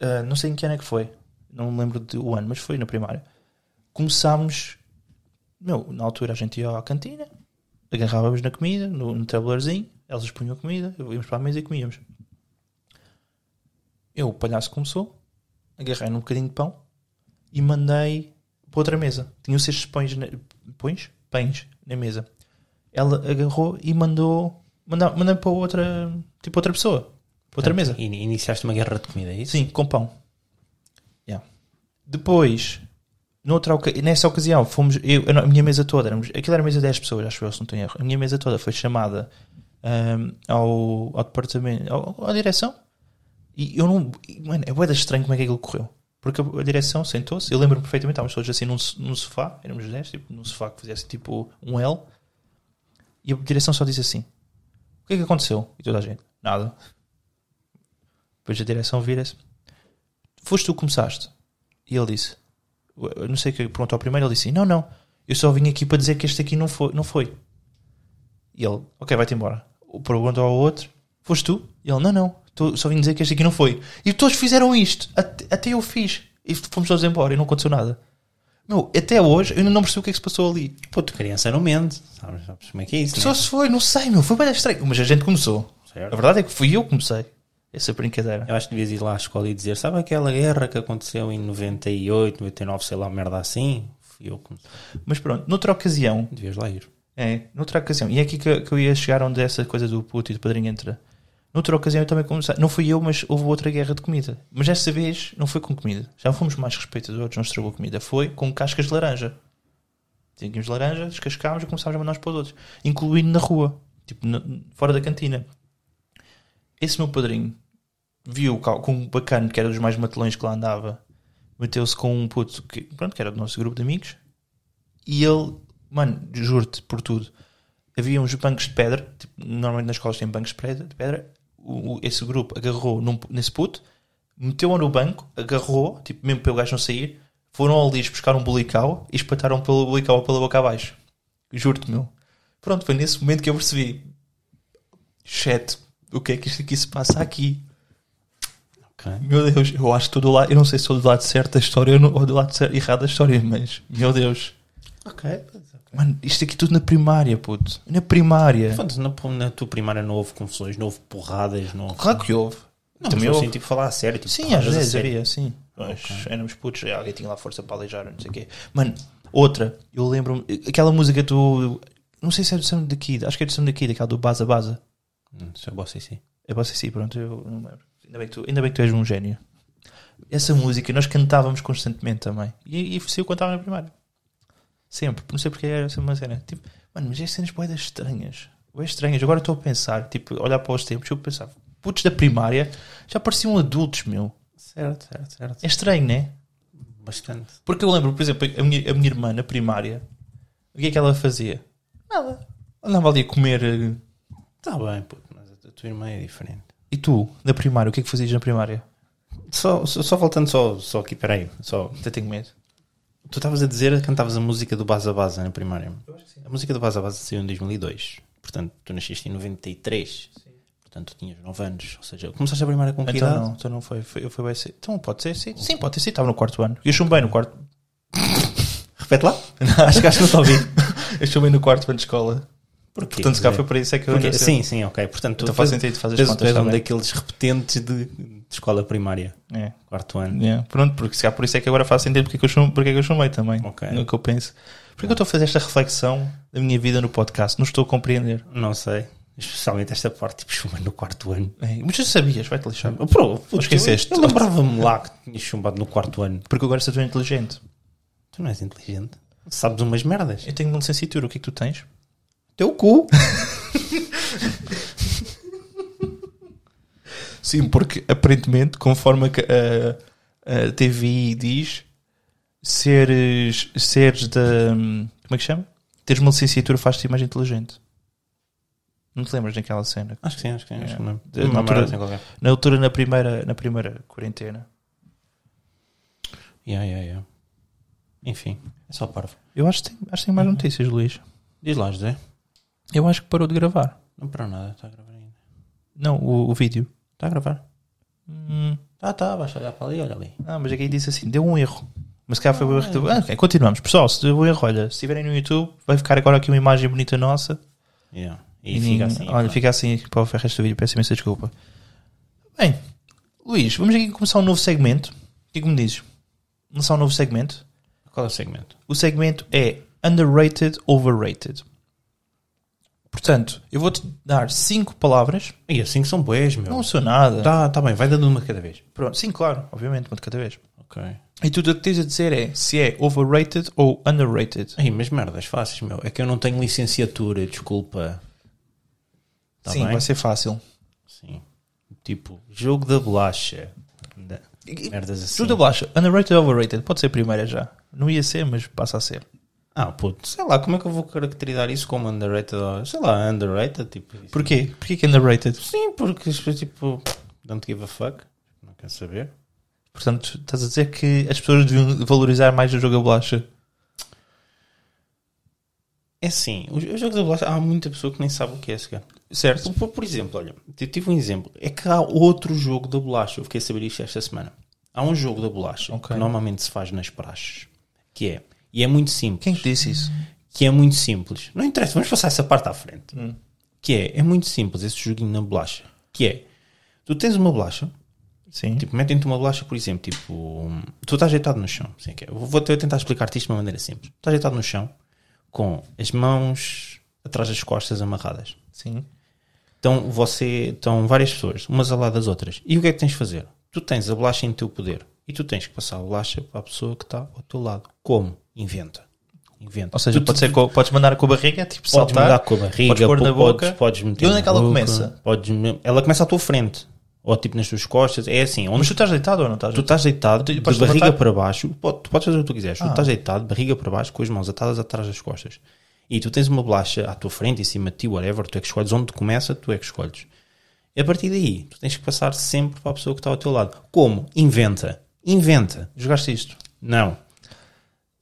ah, não sei em que ano é que foi, não me lembro do ano, mas foi na primária. Começámos, meu, na altura a gente ia à cantina, agarrávamos na comida, no, no tabuleirozinho, elas punham a comida, íamos para a mesa e comíamos. Eu, o palhaço começou, agarrei num bocadinho de pão e mandei para outra mesa. Tinha os cestos de pães na, pães? pães na mesa. Ela agarrou e mandou, mandou, mandei para outra, tipo outra pessoa, para outra
Portanto,
mesa.
in- Iniciaste uma guerra de comida, é isso?
é. Sim, com pão. Yeah. Depois, noutra, oca- nessa ocasião, fomos. Eu, a no- a minha mesa toda, éramos, aquilo era mesa de 10 pessoas, acho eu, se não tenho erro. A minha mesa toda foi chamada ahm, ao, ao departamento, ao- à direção. E eu não. e, Mano, é boeda estranho como é que aquilo correu. Porque a, a direção sentou-se, eu lembro-me perfeitamente, estávamos todos assim num, so- num sofá, éramos 10, tipo, num sofá que fizesse tipo um L. E a direção só disse assim: O que é que aconteceu? E toda a gente: Nada. Depois a direção vira-se. Foste tu que começaste? E ele disse, eu não sei o que perguntou ao primeiro, ele disse, não, não, eu só vim aqui para dizer que este aqui não foi. Não foi. E ele, ok, vai-te embora. O Perguntou ao outro, foste tu? E ele, não, não, tu- só vim dizer que este aqui não foi. E todos fizeram isto, até, até eu fiz. E fomos todos embora e não aconteceu nada. Meu, até hoje eu ainda não percebi o que é que se passou ali.
Pô, tu criança não mente. Sabes, sabes como é que é isso?
Só
né?
se foi, não sei, meu, foi bem estranho. Mas a gente começou.
Certo.
A verdade é que fui eu que comecei essa brincadeira.
Eu acho que devias ir lá à escola e dizer: Sabe aquela guerra que aconteceu em 98, 99, sei lá, merda assim? Fui eu que.
Mas pronto, noutra ocasião,
Devias lá ir.
É, noutra ocasião. E é aqui que, que eu ia chegar onde essa coisa do puto e do padrinho entra. Noutra ocasião eu também comecei. Não fui eu, mas houve outra guerra de comida. Mas desta vez não foi com comida. Já fomos mais respeitadores, não estragou comida. Foi com cascas de laranja. Tínhamos laranja, descascámos e começámos a mandar uns para os outros. Incluindo na rua. Tipo, na- fora da cantina. Esse meu padrinho viu ca- com um bacano que era dos mais matelões que lá andava. Meteu-se com um puto que, pronto, que era do nosso grupo de amigos. E ele, mano, juro-te por tudo, havia uns bancos de pedra, tipo, normalmente nas escolas tem bancos de pedra, de pedra. O- o- esse grupo agarrou num- nesse puto, meteu-o no banco, agarrou, tipo, mesmo para o gajo não sair, foram ao lixo buscar um bulical e espataram pelo bulical pela boca abaixo. Juro-te, meu. Pronto, foi nesse momento que eu percebi. Chat, o que é que isto aqui se passa aqui?
Ok.
Meu Deus, eu acho que estou do lado, eu não sei se estou do lado certo da história ou no- ou do lado cer- errado da história, mas, meu Deus.
Ok.
Mano, isto aqui tudo na primária, puto. Na primária.
Pronto, na, na tua primária não houve confusões, não houve porradas, não houve.
Claro que houve.
Não,
Também
mas
houve.
assim, tipo, falar a sério. Tipo,
Sim, às
porradas a
vezes
sério.
havia, sim. Mas éramos putos, e alguém tinha lá força para aleijar, não sei o quê. Mano, outra, eu lembro-me, aquela música do. Não sei se é do Sam daqui, acho que é do Sam daqui, daquela do Baza Baza.
Hum, Isso é bom, sim, sim.
É você sim, pronto, eu não lembro. Ainda bem que tu, ainda bem que tu és um gênio. Essa música nós cantávamos constantemente também. E, e se eu cantava na primária. Sempre. Não sei porque era sempre uma cena. Tipo, mano, mas é cenas boedas estranhas. Bué estranhas. Agora estou a pensar, tipo, olhar para os tempos, eu pensava, putos da primária já pareciam adultos, meu.
Certo, certo, certo.
É estranho, né?
Bastante.
Porque eu lembro, por exemplo, a minha, a minha irmã na primária, o que é que ela fazia? Nada. Andava ali a comer. eh,
Está Tá bem, puto, mas a tua irmã é diferente.
E tu, na primária, o que é que fazias na primária?
Só, só, só voltando só, só aqui, peraí. Só.
Até tenho medo.
Tu estavas a dizer que cantavas a música do Baza Baza na primária. A música do Baza Baza saiu em 2002. Portanto, tu nasceste em 93. Portanto, tu tinhas 9 anos. Ou seja, começaste a primária com que
Então
idade?
não, então não foi. foi, foi bem cedo. Então pode ser sim. Sim, pode ter sido. Estava no quarto ano. Eu chumbei no quarto. *laughs*
Repete lá.
Não, acho que acho que não estou a ouvir. Eu chumbei no quarto ano de escola.
Porquê?
Portanto, se cá foi para isso é que eu
Porque-
nasci.
sim, sim, ok. Portanto, tu
Então faz
tens-
sentido fazer as
tens-
contas
Tu és um
também.
daqueles repetentes de, de escola primária,
É.
quarto ano.
É, Pronto, porque se cá por isso é que agora faço entender porque é que eu chum- porque é que eu chumbei também.
Ok.
No que eu penso. Porque eu estou a fazer esta reflexão da minha vida no podcast? Não estou a compreender.
Não sei. Especialmente esta parte, tipo, chumba no quarto ano.
É, mas tu sabias, vai-te lixar.
Pro, puto,
esqueceste.
Eu, eu lembrava-me lá que tinhas chumbado no quarto ano.
Porque agora sou tão inteligente.
Tu não és inteligente. Sabes umas merdas.
Eu tenho uma licenciatura, o que é que tu tens?
Teu cu.
*laughs* Sim, porque aparentemente, conforme a, a, a TVI diz, seres, seres da. Como é que chama? Teres uma licenciatura faz-te mais inteligente. Não te lembras daquela cena?
Acho que sim, acho que sim. Acho que não.
De- É. na
Uma
altura-
merda assim qualquer.
Na altura, na primeira, na primeira quarentena.
Yeah, yeah, yeah. Enfim, é só parvo.
Eu acho que tem, acho que tem mais notícias, Luís.
Diz lá, José.
Uhum. Eu acho que parou de gravar.
Não para nada, está a gravar ainda.
Não, o, o vídeo.
Está a gravar.
Hum,
Ah, tá, vais olhar para ali, olha ali.
Ah, mas aqui disse assim, deu um erro. Mas cá foi o erro. do- Ah, ok, continuamos. Pessoal, se deu um erro, olha, se estiverem no YouTube, vai ficar agora aqui uma imagem bonita nossa.
Yeah. E, fica assim.
Olha,
pá.
fica assim para o resto do vídeo. Peço imensa desculpa. Bem, Luís, vamos aqui começar um novo segmento. O que é que me dizes? Lançar um novo segmento.
Qual é o segmento?
O segmento é Underrated, Overrated. Portanto, eu vou-te dar cinco palavras.
E assim que são boés, meu.
Não sou nada.
Tá, tá bem, vai dando uma cada vez.
Pronto, sim, claro, obviamente, uma de cada vez.
Ok.
E tudo o que tens a dizer é se é overrated ou underrated.
Ai, mas merdas fáceis, meu. É que eu não tenho licenciatura, desculpa. Tá
Sim,
bem?
vai ser fácil.
Sim. Tipo, jogo da bolacha. Da-
E-
Merdas assim.
Tudo baixa. Underrated ou overrated? Pode ser a primeira já. Não ia ser, mas passa a ser.
Ah, puto, sei lá, como é que eu vou caracterizar isso como underrated? ou- Sei lá, underrated, tipo. isso.
Porquê? Porquê que é underrated?
Sim, porque as pessoas, tipo, don't give a fuck. Não quer saber.
Portanto, estás a dizer que as pessoas deviam valorizar mais o jogo a bolacha.
É assim, os, os jogos da bolacha, há muita pessoa que nem sabe o que é sequer.
Certo.
Por, por exemplo, olha, eu tive um exemplo. É que há outro jogo da bolacha. Eu fiquei a saber isto esta semana. Há um jogo da bolacha
Ok.
que normalmente se faz nas praxes. Que é, e é muito simples.
Quem que disse isso?
que é muito simples. Não interessa, vamos passar essa parte à frente.
Hum.
Que é, é muito simples esse joguinho na bolacha. Que é, tu tens uma bolacha,
Sim.
tipo, metem-te uma bolacha, por exemplo, tipo, um, tu estás deitado no chão. Assim, é que é. Eu Vou eu tentar explicar-te isto de uma maneira simples. Tu estás deitado no chão, com as mãos atrás das costas amarradas.
Sim.
Então, você, estão várias pessoas, umas ao lado das outras. E o que é que tens de fazer? Tu tens a bolacha em teu poder e tu tens que passar a bolacha para a pessoa que está ao teu lado. Como? Inventa. Inventa.
Ou seja,
Tu-
pode ser com- podes mandar com a barriga, tipo
Podes
saltar.
mudar com a barriga,
podes pôr na
po-
boca.
Podes, podes meter
E onde é
na
que ela
boca,
começa?
Podes, me- ela começa à tua frente. Ou tipo nas tuas costas. É assim, onde
Mas tu estás deitado ou não estás?
tu estás deitado, de
podes
barriga
levantar? Ah.
para baixo, pode- tu podes fazer o que tu quiseres. Tu estás deitado, barriga para baixo, com as mãos atadas atrás das costas. E tu tens uma bolacha à tua frente, em cima de ti, whatever, tu é que escolhes onde começa, tu é que escolhes. E a partir daí, tu tens que passar sempre para a pessoa que está ao teu lado. Como? Inventa. Inventa.
Jogaste isto.
Não.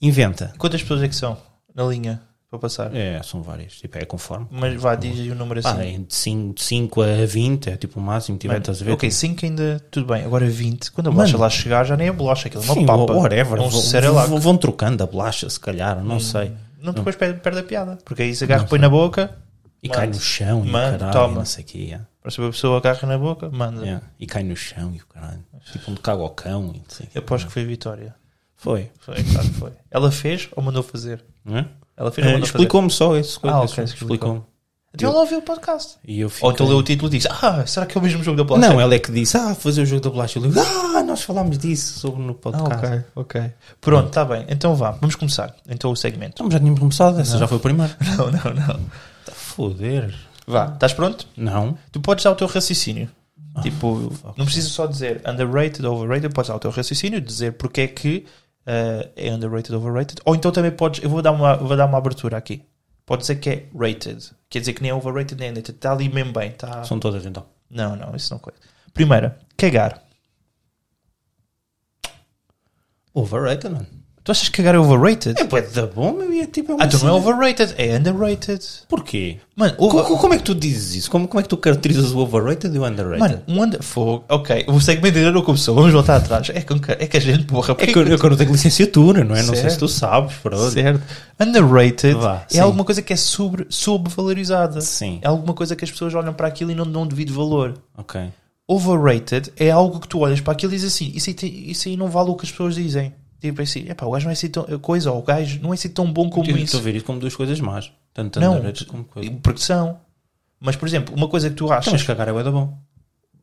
Inventa.
Quantas pessoas é que são na linha para passar?
É, são várias. Tipo, é conforme.
Mas vá, diz aí o número assim.
Pá, é de 5 a 20 é tipo o máximo que tiver, estás a ver?
Ok, 5 ainda, tudo bem. Agora 20. Quando a bolacha lá chegar, já nem é bolacha, aquilo é uma
Sim,
papa.
whatever.
É um Hum.
Vão-
cerelac.
vão, vão trocando a bolacha, se calhar, não sei.
Não, depois perde, perde a piada. Porque aí se agarra, põe na boca.
E
Mano.
cai no chão e o
Mano,
caralho,
toma.
não sei o quê. yeah.
Percebe a pessoa, agarra na boca, manda.
Yeah. E cai no chão e o caralho. Tipo um de cago ao cão e não sei o quê.
Eu aposto que foi a Vitória.
Foi.
Foi, claro que foi. Ela fez ou mandou fazer?
Não é?
Ela fez ou
Eh,
mandou
Explicou-me só esse coisa.
Ah,
esse-
ok, explicou.
Explicou-me.
fazer? Então ela ouviu o podcast.
E eu
Ou então
fiquei-
leu o título e disse: Ah, será que é o mesmo jogo da Blaster?
Não, ela é que disse, ah, fazer o jogo da Blast. Eu digo, ah, nós falámos disso sobre no
Ah,
podcast.
ok, ok. Pronto, está bem. Então vá, vamos começar. Então o
*laughs*
segmento.
Então já tínhamos começado, essa já foi
*laughs*
o primeiro.
Não, não, não.
Tá foder.
Vá, estás pronto?
Não.
Tu podes dar o teu raciocínio.
Ah,
tipo, não precisa só dizer underrated, overrated, podes dar o teu raciocínio, dizer porque é que eh, é underrated, overrated. Ou então também podes, eu vou dar uma, vou dar uma abertura aqui. Pode dizer que é rated. Quer dizer que nem é overrated nem underrated. Está ali mesmo bem. Tá...
São todas então.
Não, não, isso não coisa. Primeira, cagar.
Overrated, mano.
Tu achas que cagar é overrated?
É bué da bom, meu. E é tipo, é uma
Ah, tu não é
cena-
overrated, é underrated.
Porquê?
Mano,
Co- co-
over...
Como, é que tu dizes isso? Como, como é que tu caracterizas o overrated e o underrated?
Mano, um under... Fogo. Ok, o segmento ainda não começou. Vamos voltar atrás. É, com que... é que a gente, porra.
é
porque-
que eu, eu que não tenho licenciatura, não é? Não sei
Certo.
se tu sabes, pronto.
Certo. Underrated
Vá,
é
sim.
alguma coisa que é sobre, sobrevalorizada.
Sim.
É alguma coisa que as pessoas olham para aquilo e não dão devido valor.
Ok.
Overrated é algo que tu olhas para aquilo e dizes assim: isso aí, tem- isso aí não vale o que as pessoas dizem. Tipo assim, epá, o gajo não é assim tão. Coisa, ou o gajo não é assim tão bom como
eu
isso.
estou a ver isso como duas coisas más. Tanto
Não.
underrated como coisa.
Porque são. Mas, por exemplo, uma coisa que tu achas.
Então, mas cagar é bué da bom.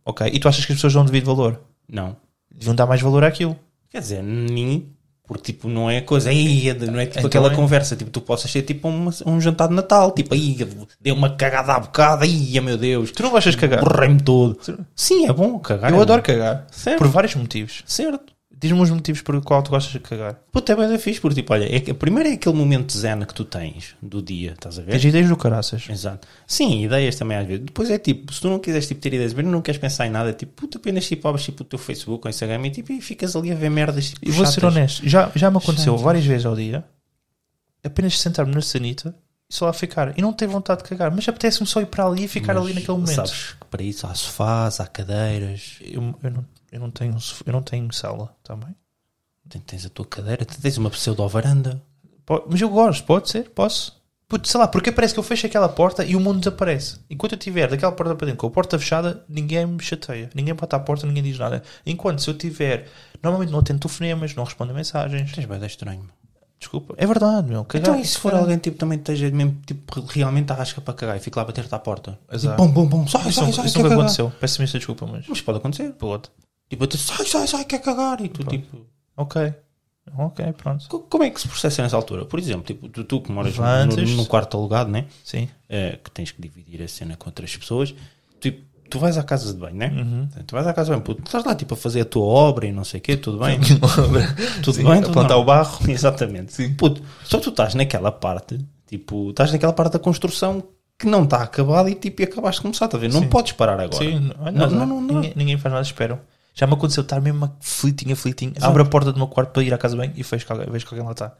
Ok, e tu achas que as pessoas dão devido valor?
Não.
Deviam dar mais valor àquilo.
Quer dizer, nem porque tipo, não é coisa, aí, não é tipo
Então
aquela
é.
conversa, tipo, tu possas ser tipo uma- um jantar de Natal, tipo, aí deu uma cagada à bocada, aí meu Deus,
Tu não gostas de cagar?
borrei-me todo. Sim, é bom cagar. é
Eu
bom.
adoro cagar.
Certo.
Por vários motivos.
Certo.
Diz-me os motivos por qual tu gostas de cagar.
Puta, é bem fixe, porque tipo, olha, é, que- primeiro é aquele momento zen que tu tens do dia, estás a ver?
Tens ideias do caraças.
Exato. Sim, ideias também às vezes. Depois é tipo, se tu não quiseres tipo, ter ideias, mas não queres pensar em nada, tipo, puta, apenas tipo, abres tipo, o teu Facebook ou Instagram e, tipo, e ficas ali a ver merdas. Tipo,
E vou ser
chatas.
honesto, já, já me aconteceu várias vezes ao dia apenas sentar-me na sanita e só lá ficar. E não ter vontade de cagar, mas apetece-me só ir para ali e ficar ali naquele momento.
Sabes que para isso há sofás, há cadeiras,
Eu, eu não, eu, não tenho, sof- eu não tenho sala tá também.
Tem- tens a tua cadeira, tens uma pseudo-varanda.
Po- Mas eu gosto, pode ser, posso. Putz, sei lá, porque parece que eu fecho aquela porta e o mundo desaparece. Enquanto eu tiver daquela porta para dentro com a porta fechada, ninguém me chateia. Ninguém bate à porta, ninguém diz nada. Enquanto se eu tiver, normalmente não atendo telefonemas, não respondo a mensagens.
Tens bem de estranho.
Desculpa, é verdade, meu. cagar-
Então, e se for alguém tipo, também esteja mesmo, tipo, realmente arrasca para cagar e fica lá a bater-te à porta?
Exato.
Tipo, bom, bom, bom, sai,
Isso,
sai,
nunca-
sai,
isso
quer
nunca
cagar.
aconteceu. Peço imensa desculpa, mas.
Mas pode acontecer.
Pode.
Tipo, tu, sai, sai, sai, quer cagar. E tu, tipo,
Ok. Ok, pronto.
co- como é que se processa nessa altura? Por exemplo, tipo, tu, tu que moras no,
Levantas.
no- no quarto alugado, né? *laughs*
Sim.
eh, que tens que dividir a cena com outras pessoas, tipo, tu vais à casa de banho, né?
Uhum.
Tu vais à casa de banho, pô, tu estás lá tipo a fazer a tua obra e não sei o quê, tudo bem. tudo
Sim,
bem,
a
tudo
plantar o
barro. *laughs* Exatamente. Puto, só tu estás naquela parte, tipo, estás naquela parte da construção que não está acabada e tipo, e acabaste de começar, estás a ver? Não podes parar agora.
Sim. Não,
não, não, não, não.
Ninguém, ninguém faz nada, espero. Já me aconteceu estar mesmo aflitinho, aflitinho. Abro a porta do meu quarto para ir à casa bem e fecho que alguém, vejo que alguém lá está.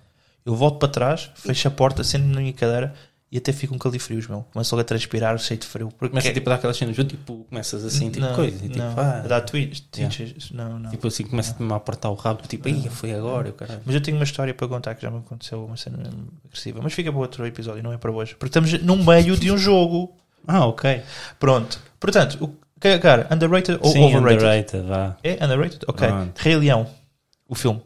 Eu volto para trás, fecho a porta, sento-me na minha cadeira e até fico com califrios, meu. Começo logo a transpirar, cheio de frio. Porque é
Começa tipo a dar aquelas cenas, tipo, começas assim, tipo,
não,
coisa, e, tipo,
não,
ah,
dá twitch, twitches, não, não.
tipo assim, começa-te mesmo a apertar o rabo, tipo, aí foi agora, eu caralho.
Mas eu tenho uma história para contar que já me aconteceu uma cena mesmo agressiva. Mas fica para outro episódio, não é para hoje. Porque estamos no meio de um jogo.
Ah, ok.
Pronto. Portanto, o que- cara, underrated ou
Sim,
overrated?
underrated, vá.
É underrated? Ok.
Pronto.
Rei Leão, o filme.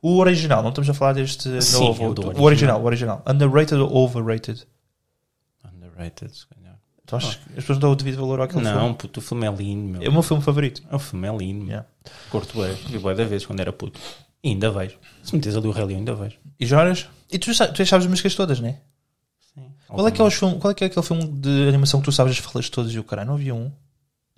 O original, não estamos a falar deste
Sim,
novo.
é do
o original, o original. Underrated ou overrated?
Underrated, se calhar.
Tu achas que as pessoas não dão o devido valor àquele É filme?
Ah. Não, puto, o filme é lindo,
É
meu.
o meu filme favorito.
É o filme é lindo, meu.
Yeah.
Curto bem. Vi bué da vez quando era puto. E ainda vejo. Se metes ali o Rei Leão, ainda vejo.
E Joras? E tu, sa- tu sabes as músicas todas, não é?
Sim.
Qual é, que é, os filme, qual é que é aquele filme de animação que tu sabes as falas todas e o caralho? Não havia um?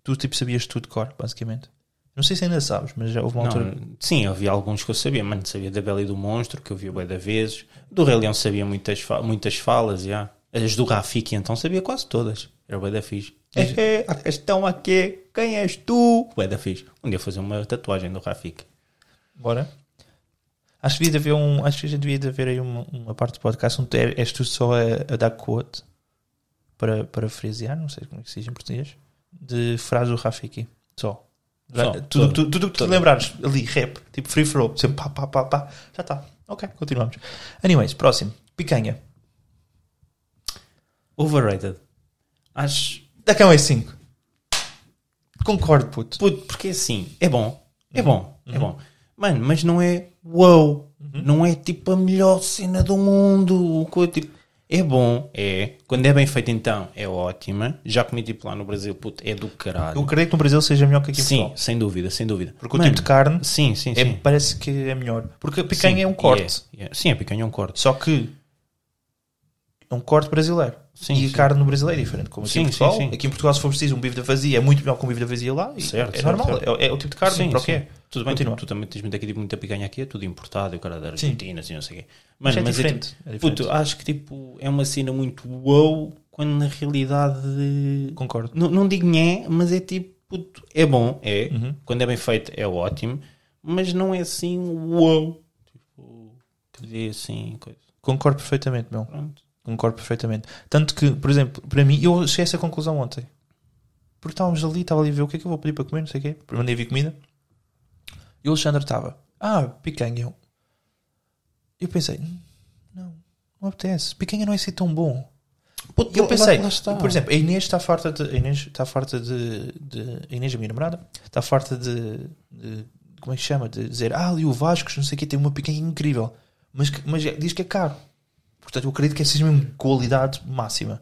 Tu tipo sabias tudo de cor, basicamente. Não sei se ainda sabes, mas já houve uma altura.
Não, sim, eu vi alguns que eu sabia, mano. Sabia da Bela e do Monstro, que eu vi bué da vezes. Do Rei Leão sabia muitas, fa- muitas falas, já. As do Rafiki, então, sabia quase todas. Era bué da fixe. É, é, a questão aqui é quem és tu? Bué da fixe. Um dia fazer uma tatuagem do Rafiki.
Bora. Acho que devia haver um. Acho que a gente devia haver aí uma, uma parte do podcast onde é- és tu só a, a dar quote para, para frisear, não sei como é que se diz em português, de frase do Rafiki. Só.
Só,
tudo
todo.
tudo- tudo o que tu lembrares ali, rap, tipo free flow, sempre pá, pá, pá, pá. Já está. Ok, continuamos. Anyways, próximo. Picanha.
Overrated. Acho.
Da cama é 5. Concordo, puto.
Puto, porque assim, é bom, é
Uhum.
bom, é bom. Mano,
Uhum.
mas não é wow, não é tipo a melhor cena do mundo. o co- Tipo, É bom, é. Quando é bem feito, então, é ótima. Já comi tipo lá no Brasil, puto, é do caralho.
Eu acredito que no Brasil seja melhor que aqui em
sim,
Portugal.
sem dúvida, sem dúvida.
Porque o tipo de carne
Sim, sim,
é-
sim.
parece que é melhor. Porque a picanha
Sim,
é um corte.
é, é. Sim, a picanha é um corte.
Só que é um corte brasileiro.
Sim,
e
sim.
a carne no brasileiro é diferente. Como aqui em
Sim, sim,
Portugal,
sim.
aqui em Portugal, se for preciso, um bife da vazia é muito melhor que um bife da vazia lá. E
Certo,
é
certo,
normal.
certo.
É, é o tipo de carne,
Sim,
para o
sim.
que é.
Tudo bem, tu,
Continua.
tu também tens muita, tipo, muita picanha aqui, é tudo importado, e o cara da
Sim.
Argentina, assim, não sei o quê. Mano,
é
mas
diferente,
tipo,
é diferente.
puto, acho que tipo, é uma cena muito wow, quando na realidade.
Concordo.
Não, não digo nhé, mas é tipo, puto, é bom, é. Quando é bem feito, é ótimo, mas não é assim wow. Tipo, que dizer assim, coisa.
Concordo perfeitamente, meu.
Pronto.
Concordo perfeitamente. Tanto que, por exemplo, para mim, eu cheguei a essa conclusão ontem. Porque estávamos ali, estava ali a ver o que é que eu vou pedir para comer, não sei o quê. Mandei vir comida. E o Alexandre estava, ah, picanha. Eu- Eu pensei, "Hum, não, não apetece. Picanha não é assim tão bom.
Puto,
E eu
lá-
pensei,
lá está.
por exemplo, a Inês está farta de. A Inês está farta de. de a Inês, a minha namorada, está farta de, de- Como é que se chama? De dizer, ah, ali o Vasco, não sei o quê, tem uma picanha incrível. Mas, que- mas diz que é caro. Portanto, eu acredito que seja mesmo qualidade máxima.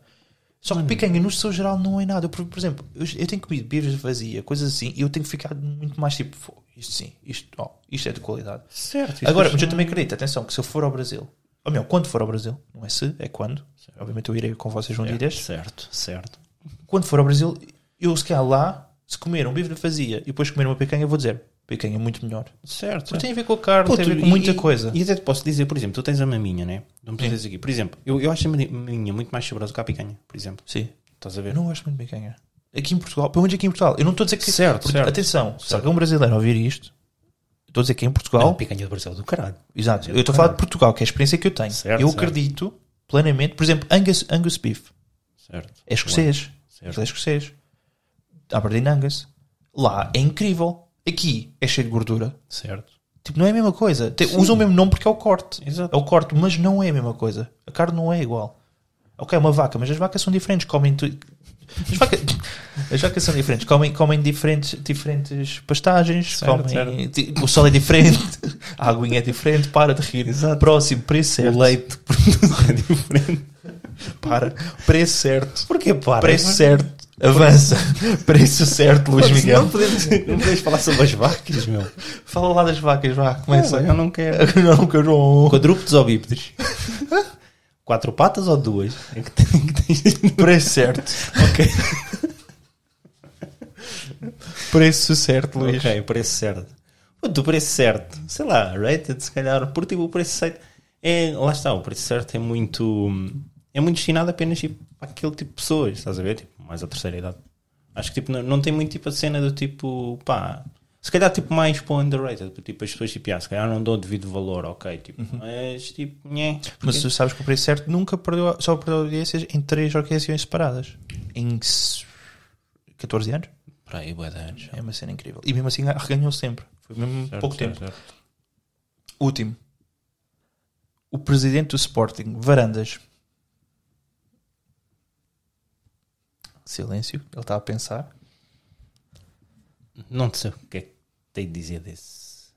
Só que picanha, no seu geral, não é nada. Eu, por, por exemplo, eu, eu tenho comido bebida vazia, coisas assim, e eu tenho ficado muito mais tipo, "Fô, isto sim, isto, ó, isto é de qualidade.
certo, isto
Agora,
é-
mas eu também acredito, atenção, que se eu for ao Brasil, ou melhor, quando for ao Brasil, não é se, é quando, obviamente eu irei com vocês
É.
um dia destes,
Certo, certo.
quando for ao Brasil, eu se calhar lá, se comer um bife de fazia e depois comer uma picanha, eu vou dizer, picanha é muito melhor.
Certo.
Porque tem a ver com a carne,
Puto,
tem a ver com
e-
muita
e-
coisa.
E até te posso dizer, por exemplo, tu tens a maminha, né? Não precisas aqui. Por exemplo, eu, eu acho a maminha muito mais saborosa que a picanha, por exemplo.
Sim.
Estás a ver?
Eu não gosto muito de picanha. Aqui em Portugal, pelo menos aqui em Portugal, eu não estou a dizer que...
Certo, certo.
Atenção, se algum brasileiro ouvir isto, eu estou a dizer que em Portugal...
Não, picanha do Brasil do caralho.
Exato. Eu estou a falar de Portugal, que é a experiência que eu tenho.
Certo,
eu
certo.
acredito plenamente, por exemplo, Angus, Angus Beef.
Certo.
É escocês.
Certo.
Aquilo é escocês. Aberdeen Angus. Lá é incrível. Aqui é cheio de gordura.
Certo.
Tipo, não é a mesma coisa. Te- Usam o mesmo nome porque é o corte.
Exato.
É o corte, mas não é a mesma coisa. A carne não é igual. Ok, é uma vaca, mas as vacas são diferentes. Comem. tu- As, vaca- *laughs* as vacas são diferentes. Comem, comem diferentes, diferentes pastagens.
Certo,
comem... ti- O sol é diferente. *laughs* A aguinha é diferente. Para de rir. Próximo, preço certo.
O leite é diferente.
Para. Preço certo.
Porquê para?
Preço certo. Avança. *laughs* Preço certo, Luís Miguel.
Não podemos, não podemos falar sobre as vacas, meu.
Fala lá das vacas, vá,
Começa,
começa.
eu não quero.
não, que eu não.
Quadrúpedes ou bípedes? Quatro patas ou duas? É que tem- que tens-
Preço certo.
Ok.
Preço certo, Luís.
Ok, preço certo. Puto, o preço certo, sei lá, rated se calhar, por tipo o preço certo. É, lá está, o preço certo é muito. É muito destinado apenas tipo, para aquele tipo de pessoas, estás a ver? Tipo, mais à terceira idade. Acho que tipo, não, não tem muito tipo a cena do tipo, pá. Se calhar tipo mais para o underrated, tipo as pessoas tipo, ah, se calhar não dão o devido valor, ok, tipo, mas tipo, nhé.
Uhum. Mas tu sabes que o preço certo nunca perdeu, só perdeu audiências em três ocasiões separadas. Em s- 14 anos?
Espera aí, bué de anos.
É uma cena incrível. E mesmo assim reganhou sempre. Foi mesmo
Certo,
pouco
certo,
tempo.
certo.
Último. O presidente do Sporting, Varandas. Silêncio, ele está a pensar.
Não sei o que é que tenho de dizer desse,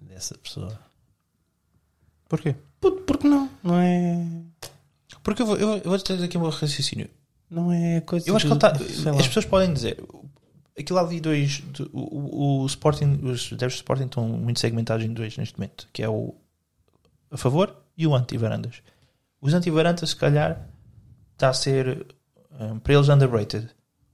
dessa pessoa.
Porquê?
Puto, porque não? Não é.
Porque eu vou, eu vou ter aqui o meu raciocínio.
Não é coisa.
Eu acho que ele tá, é está.
Sei lá.
As pessoas podem dizer. Aquilo ali dois. do- O, o- o Sporting. Os devs do Sporting estão muito segmentados em dois neste momento. Que é o a favor e o anti-varandas. Os anti-varandas, se calhar, está a ser. hum, para eles, underrated.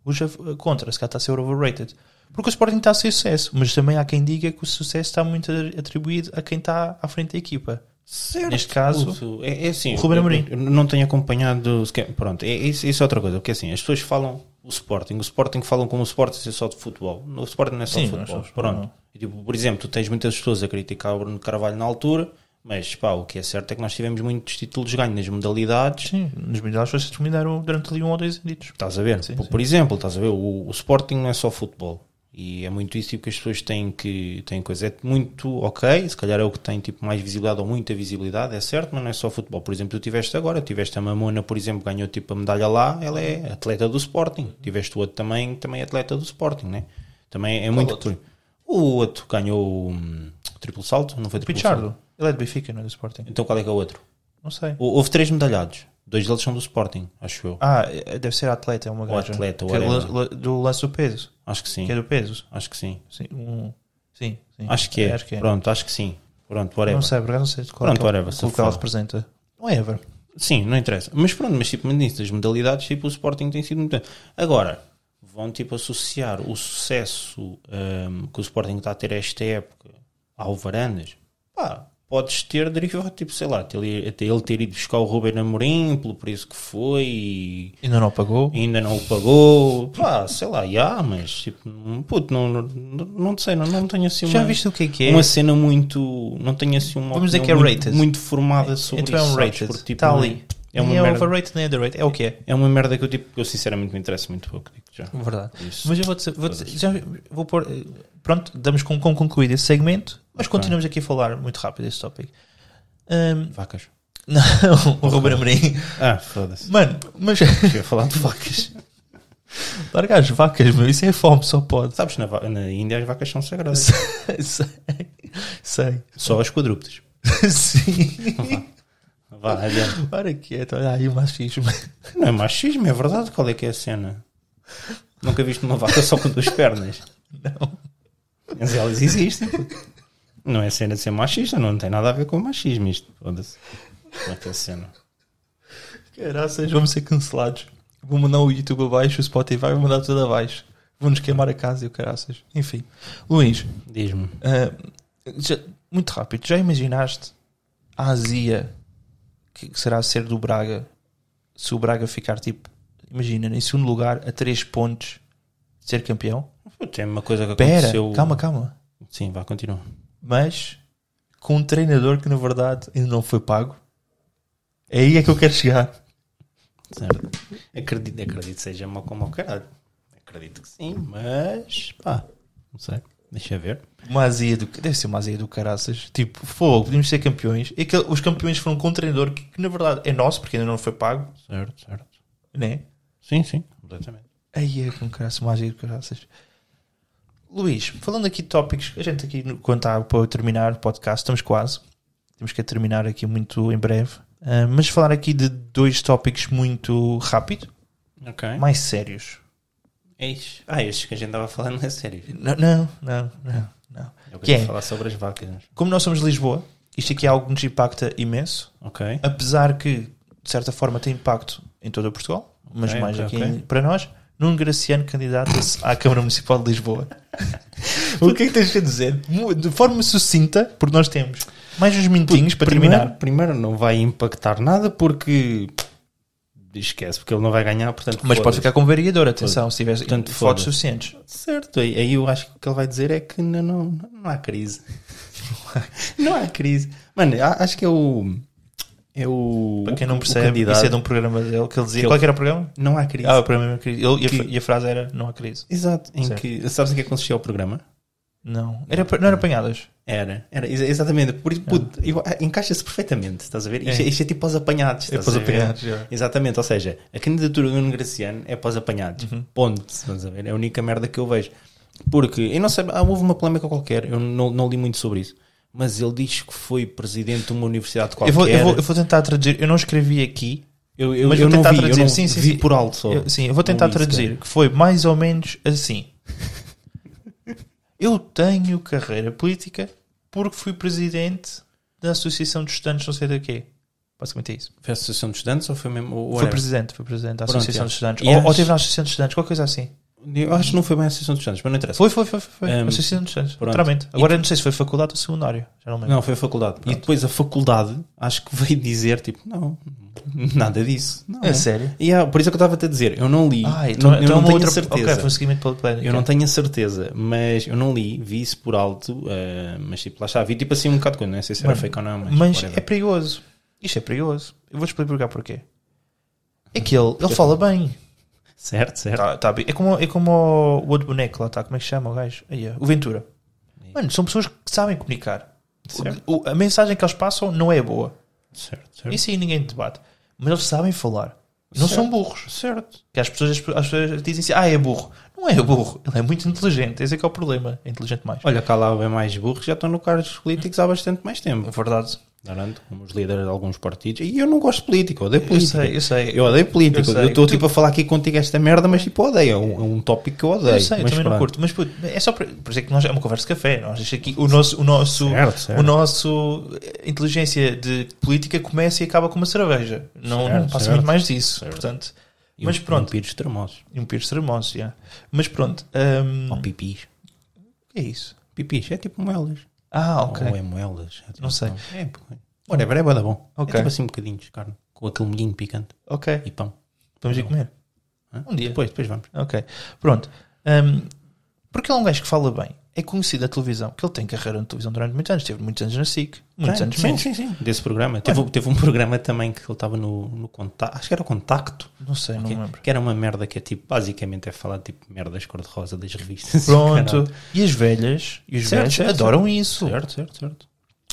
Os a- eh, contra, se calhar, está a ser overrated. Porque o Sporting está a ser sucesso. Mas também há quem diga que o sucesso está muito atribuído a quem está à frente da equipa.
Certo.
neste caso,
Puto, é, é assim.
o Ruben
eu-
Amorim.
eu não tenho acompanhado. sequer- Pronto, é, é isso, isso é outra coisa. Porque assim, as pessoas falam o Sporting. O Sporting falam como o Sporting ser só de futebol. O Sporting não é só
Sim,
de
não é só
futebol.
de futebol,
pronto.
não.
E, tipo, por exemplo, tu tens muitas pessoas a criticar o Bruno Carvalho na altura. Mas pá, o que é certo é que nós tivemos muitos títulos de ganho nas modalidades.
Sim, nos melhores vocês dominaram durante ali um ou dois anos.
Estás a ver?
Sim,
por,
sim.
por exemplo, estás a ver? O, o Sporting não é só futebol. E é muito isso tipo, que as pessoas têm que têm coisa. É muito ok, se calhar é o que tem tipo, mais visibilidade ou muita visibilidade, é certo, mas não é só futebol. Por exemplo, tu tiveste agora, tiveste a Mamona, por exemplo, ganhou tipo a medalha lá, ela é atleta do Sporting. Tiveste o outro também, também é atleta do Sporting, né? Também é muito.
outro?
O outro ganhou hum, o triplo salto, não foi triplo
Pichardo,
salto?
ele é do Benfica, não é do Sporting?
Então qual é que é o outro?
Não sei.
Hou- Houve três medalhados. Dois deles são do Sporting, acho eu.
Ah, é- deve ser atleta, é uma
Ou
gaja.
Um atleta, ou
Que é
whatever.
lan- lan- do lance do peso.
Acho que sim.
Que é do peso.
Acho que sim.
Sim, um- sim, sim.
Acho que é.
Acho que é.
Pronto, acho que sim. Pronto, whatever.
Não sei, por acaso não sei de qual
Pronto,
é que ela-
whatever,
qual
se
que ela
for.
representa. Não é ever.
Sim, não interessa. Mas pronto, mas tipo, nisso das modalidades, tipo, o Sporting tem sido muito. Agora, vão tipo associar o sucesso hum, que o Sporting está a ter esta época ao Varandas. Pá, podes ter derivado, tipo, sei lá, até ele, até ele ter ido buscar o Ruben Amorim pelo preço que foi e
Ainda não pagou.
ainda não o pagou. Pá, sei lá, já, mas tipo, puto, não, não, não sei, não, não tenho assim uma,
Já viste o que é que é?
uma cena muito. Não tenho assim uma.
Vamos dizer
opinião
que é
muito-
rated.
Muito formada sobre
então é
isso.
um
sabes?
rated.
Porque, tipo,
Está ali.
É uma
nem é
merda.
overrated nem underrated. É o que é.
É uma merda que eu, tipo, eu sinceramente me interessa muito pouco. digo já.
Verdade.
Isso.
Mas eu vou dizer, vou dizer- já vou pôr. eh, Pronto, damos com, com concluído esse segmento, mas continuamos aqui a falar muito rápido esse tópico. Ahm, *laughs*
Vacas.
não, o Ruben Amorim.
Ah, foda-se.
Mano, mas.
*laughs* Eu ia falar de vacas.
Larga as vacas, meu, isso é fome, só pode. *laughs*
Sabes, na, va- na Índia as vacas são sagradas.
Sei. Sei.
Só as quadrúpedes.
é. Sim.
Vá, *laughs* adiante.
Para quieto, olha aí o machismo.
Não é machismo, é verdade. Qual é que é a cena? Nunca viste uma vaca só com duas pernas.
Não.
Mas elas existem. puto. Não é cena de ser machista, não tem nada a ver com machismo isto. Foda-se. Como é que é a cena?
Caraças, vamos ser cancelados. Vou mandar o YouTube abaixo, o Spotify, vou mandar tudo abaixo. Vão-nos queimar a casa e o caraças. Enfim. Luís,
Diz-me.
ah, já- muito rápido, já imaginaste a azia que que será ser do Braga se o Braga ficar tipo, imagina, em segundo lugar, a 3 pontos de ser campeão?
Puto, é uma coisa que
Pera,
aconteceu.
calma, calma.
Sim, vá, continua.
Mas com um treinador que na verdade ainda não foi pago, é aí é que eu quero chegar.
Certo. Acredito, acredito que seja mau como o caralho. Acredito que sim, mas pá, não sei. Deixa ver.
Uma azia do deve ser uma azia do caraças. Tipo, fogo, podíamos ser campeões. E aquele- os campeões foram com um treinador que, que, na verdade é nosso, porque ainda não foi pago,
Certo, certo.
né?
Sim, sim, completamente.
Aí é com caraças, uma azia do caraças. Luís, falando aqui de tópicos, a gente aqui, no- quando está para terminar o podcast, estamos quase. Temos que terminar aqui muito em breve. Ah, mas falar aqui de dois tópicos muito rápido,
Ok.
mais sérios.
Eis. Ah, estes que a gente estava falando não é sério.
Não, não, não, não. não.
Eu
Que
queria
é?
falar sobre as vacas.
Como nós somos de Lisboa, isto aqui é algo que nos impacta imenso.
Ok.
apesar que de certa forma tem impacto em todo o Portugal, mas
Ok,
mais
ok,
aqui
ok.
em- para nós, Nuno Graciano candidata-se à Câmara Municipal de Lisboa. *laughs* o que é que tens a dizer? Mu- De forma sucinta, porque nós temos mais uns minutinhos para terminar.
primeiro não vai impactar nada porque esquece, porque ele não vai ganhar, portanto.
Mas pode
foda-se.
ficar como vereador, atenção, se tiver
Portanto,
votos
foda-se.
suficientes.
Certo, aí aí eu acho que o que ele vai dizer é que não, não, não há crise. *laughs* não há crise. Mano, a- acho que é o. É o.
Para quem
o
não percebe,
candidato.
isso é de um programa dele que ele dizia.
Que
Qual que era o programa?
Não há crise.
Ah, o programa era crise. Ele- e, a,
Que-
fra- e a frase era: Não há crise.
Exato. Em
Certo.
que, sabes em que é que consistia o programa?
Não. Era, pa- não era apanhadas.
Era, era, exa- exatamente. Por, puto, eu- ah, Encaixa-se perfeitamente, estás a ver? Isto
É.
é, isto é tipo aos apanhados.
É
estás
para os
a ver?
apanhados, já.
Exatamente, ou seja, a candidatura do Nuno Graciano é para os apanhados.
Uhum.
Ponto, estás a ver? É a única merda que eu vejo. Porque, eu não sei, ah, houve uma polémica qualquer, eu não, não li muito sobre isso, mas ele diz que foi presidente de uma universidade
Eu
qualquer.
vou, eu, vou, eu vou tentar traduzir. Eu não escrevi aqui,
Eu- eu-
mas
eu
vou
não
tentar
vi,
traduzir.
eu não
sim, sim,
vi
sim.
por alto só.
Eu- sim, eu vou
Não
tentar
li sequer.
traduzir, que foi mais ou menos assim. Eu tenho carreira política porque fui presidente da Associação de Estudantes, não sei do quê. Basicamente é isso.
Foi a Associação de Estudantes ou foi mesmo. ou
Foi
whatever?
presidente, foi presidente da
Pronto,
Associação
é.
de Estudantes.
E
Ou,
acho-
ou teve na Associação de Estudantes, qualquer coisa assim.
Eu acho que não foi bem a Associação de Estudantes, mas não interessa.
Foi, foi, foi, foi. foi.
Hum,
Associação de Estudantes,
pronto.
literalmente. Agora eu não sei se foi faculdade ou secundário, já não me lembro.
Não, foi a faculdade. E depois a faculdade, acho que veio dizer, tipo, não, nada disso. Não.
É sério?
E há- por isso é que eu estava até a dizer, eu não li,
Ah, então,
não, eu
então
não
uma
tenho
outra
certeza.
Ok, foi um seguimento pela polémica.
Eu não tenho a certeza, mas eu não li, vi isso por alto, eh, mas tipo, lá está, vi tipo assim um bocado de coisa, não sei se era
Mano,
fake ou não, mas,
Mas
whatever.
é perigoso. Isto é perigoso. Eu vou explicar porquê. É que ele, ele fala bem.
certo, certo.
Tá, tá, é como, é como o, o outro boneco lá, tá, como é que chama o gajo? Aí, ó, o Ventura. Mano, são pessoas que sabem comunicar.
Certo.
O- o- a mensagem que eles passam não é boa.
Certo, certo.
Isso aí ninguém debate. Mas eles sabem falar. Não
Certo.
são burros.
Certo.
Que as pessoas, as pessoas dizem assim, ah, é burro. Não é burro. Ele é muito inteligente. Esse é que é o problema. É inteligente mais.
Olha, cá lá é mais burro, já estão no cargos políticos há bastante mais tempo.
Verdade.
Garanto, como os líderes de alguns partidos. E eu não gosto de política, eu odeio
Eu
política.
sei, eu sei.
É, Eu odeio política.
Eu sei.
Eu estou tipo a falar aqui contigo esta merda, mas tipo odeio. É um, é um tópico que eu odeio.
Eu sei, eu
mas
também não
pronto.
curto, mas puto, é só por, por isso é que nós é uma conversa de café. Nós isto aqui, o nosso, o nosso,
Certo, certo.
o nosso eh, inteligência de política começa e acaba com uma cerveja. Não, não
Certo,
passa
certo.
muito mais disso, portanto.
E
mas
um-
pronto.
Um pires tremosos.
E um pires tremoso, já. Mas pronto, hum,
Ou pipis.
é isso.
Pipis, é tipo moelas.
Ah, ok.
Ou é moelas. É tipo-
Não sei.
É, whatever, é boa bom.
Ok.
É tipo assim um bocadinho de carne. Com aquele molhinho picante
Ok,
e pão.
vamos ir comer.
Hã?
Um dia.
Depois, depois vamos.
Ok, pronto. Hum, porque ele é um gajo que fala bem, é conhecido na televisão, que ele tem carreira na televisão durante muitos anos, teve muitos anos na SIC, muitos
Tem,
anos
sim,
menos.
sim, sim. Desse programa. Teve, teve um programa também que ele estava no, no contacto. Acho que era o contacto.
Não sei, não
que,
me lembro.
que era uma merda que é tipo, basicamente é falar tipo merdas cor-de-rosa das revistas.
Pronto, e as velhas, e os
*laughs* Certo,
velhos
certo,
adoram isso.
Certo, certo, certo.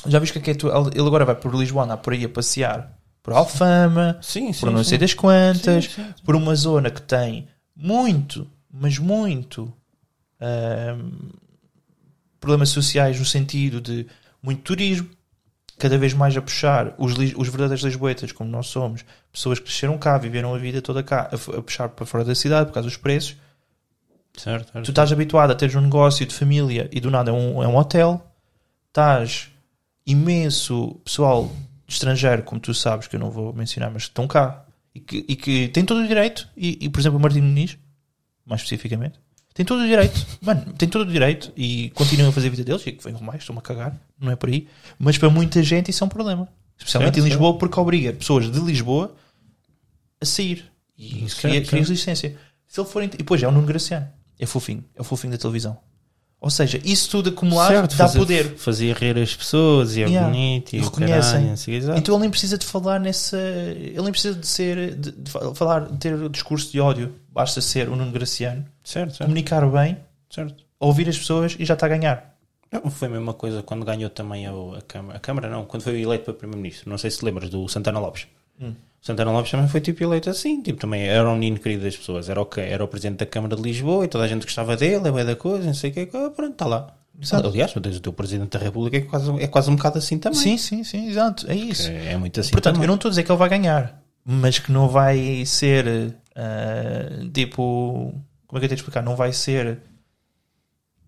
Já viste que aqui é tu, ele agora vai por Lisboa, andar por aí a passear por Alfama,
Sim, sim.
por não
sim.
sei das quantas,
Sim, sim, sim.
por uma zona que tem muito, mas muito ahm, problemas sociais no sentido de muito turismo, cada vez mais a puxar os, lis- os verdadeiros lisboetas, como nós somos, pessoas que cresceram cá, viveram a vida toda cá, a, f- a puxar para fora da cidade por causa dos preços.
Certo, certo.
Tu estás habituado a teres um negócio de família e do nada é um, é um hotel, estás imenso pessoal estrangeiro, como tu sabes, que eu não vou mencionar, mas que estão cá e que, e que têm todo o direito, e, e, por exemplo o Martim Muniz, mais especificamente, tem todo o direito, mano, tem todo o direito e continuam a fazer a vida deles, e que venham mais, estou-me a cagar, não é por aí, mas para muita gente isso é um problema, especialmente
Certo,
em Lisboa, porque obriga pessoas de Lisboa a sair e
Certo,
cria,
Hum, certo.
cria resistência. Se ele for, int- e depois é o Nuno Graciano, é fofinho, é o fofinho da televisão. Ou seja, isso tudo acumulado
Certo,
dá
fazer-
poder.
Fazer rir as pessoas e é
Yeah.
bonito e
E
o
reconhecem.
caralho, não sei, exato.
Então ele nem precisa de falar nessa. Ele nem precisa de ser. de, de fa- falar, de ter discurso de ódio. Basta ser o Nuno Graciano,
certo, certo,
comunicar bem,
certo.
ouvir as pessoas e já está a ganhar.
Não, foi a mesma coisa quando ganhou também a, a Câmara. A Câmara não, quando foi eleito para Primeiro-Ministro. Não sei se te lembras do Santana Lopes.
Hum.
O Santana Lopes também foi tipo eleito assim, tipo, também era um menino querido das pessoas, era o, que, era o presidente da Câmara de Lisboa e toda a gente gostava dele, é bué da coisa, não sei o que, pronto, está lá. Aliás, o teu presidente da República é quase, é quase um bocado assim também.
Sim, sim, sim, exato. É isso.
É, é muito assim.
Portanto,
também.
eu não estou a dizer que ele vai ganhar, mas que não vai ser. ah, tipo. Como é que eu tenho de explicar? Não vai ser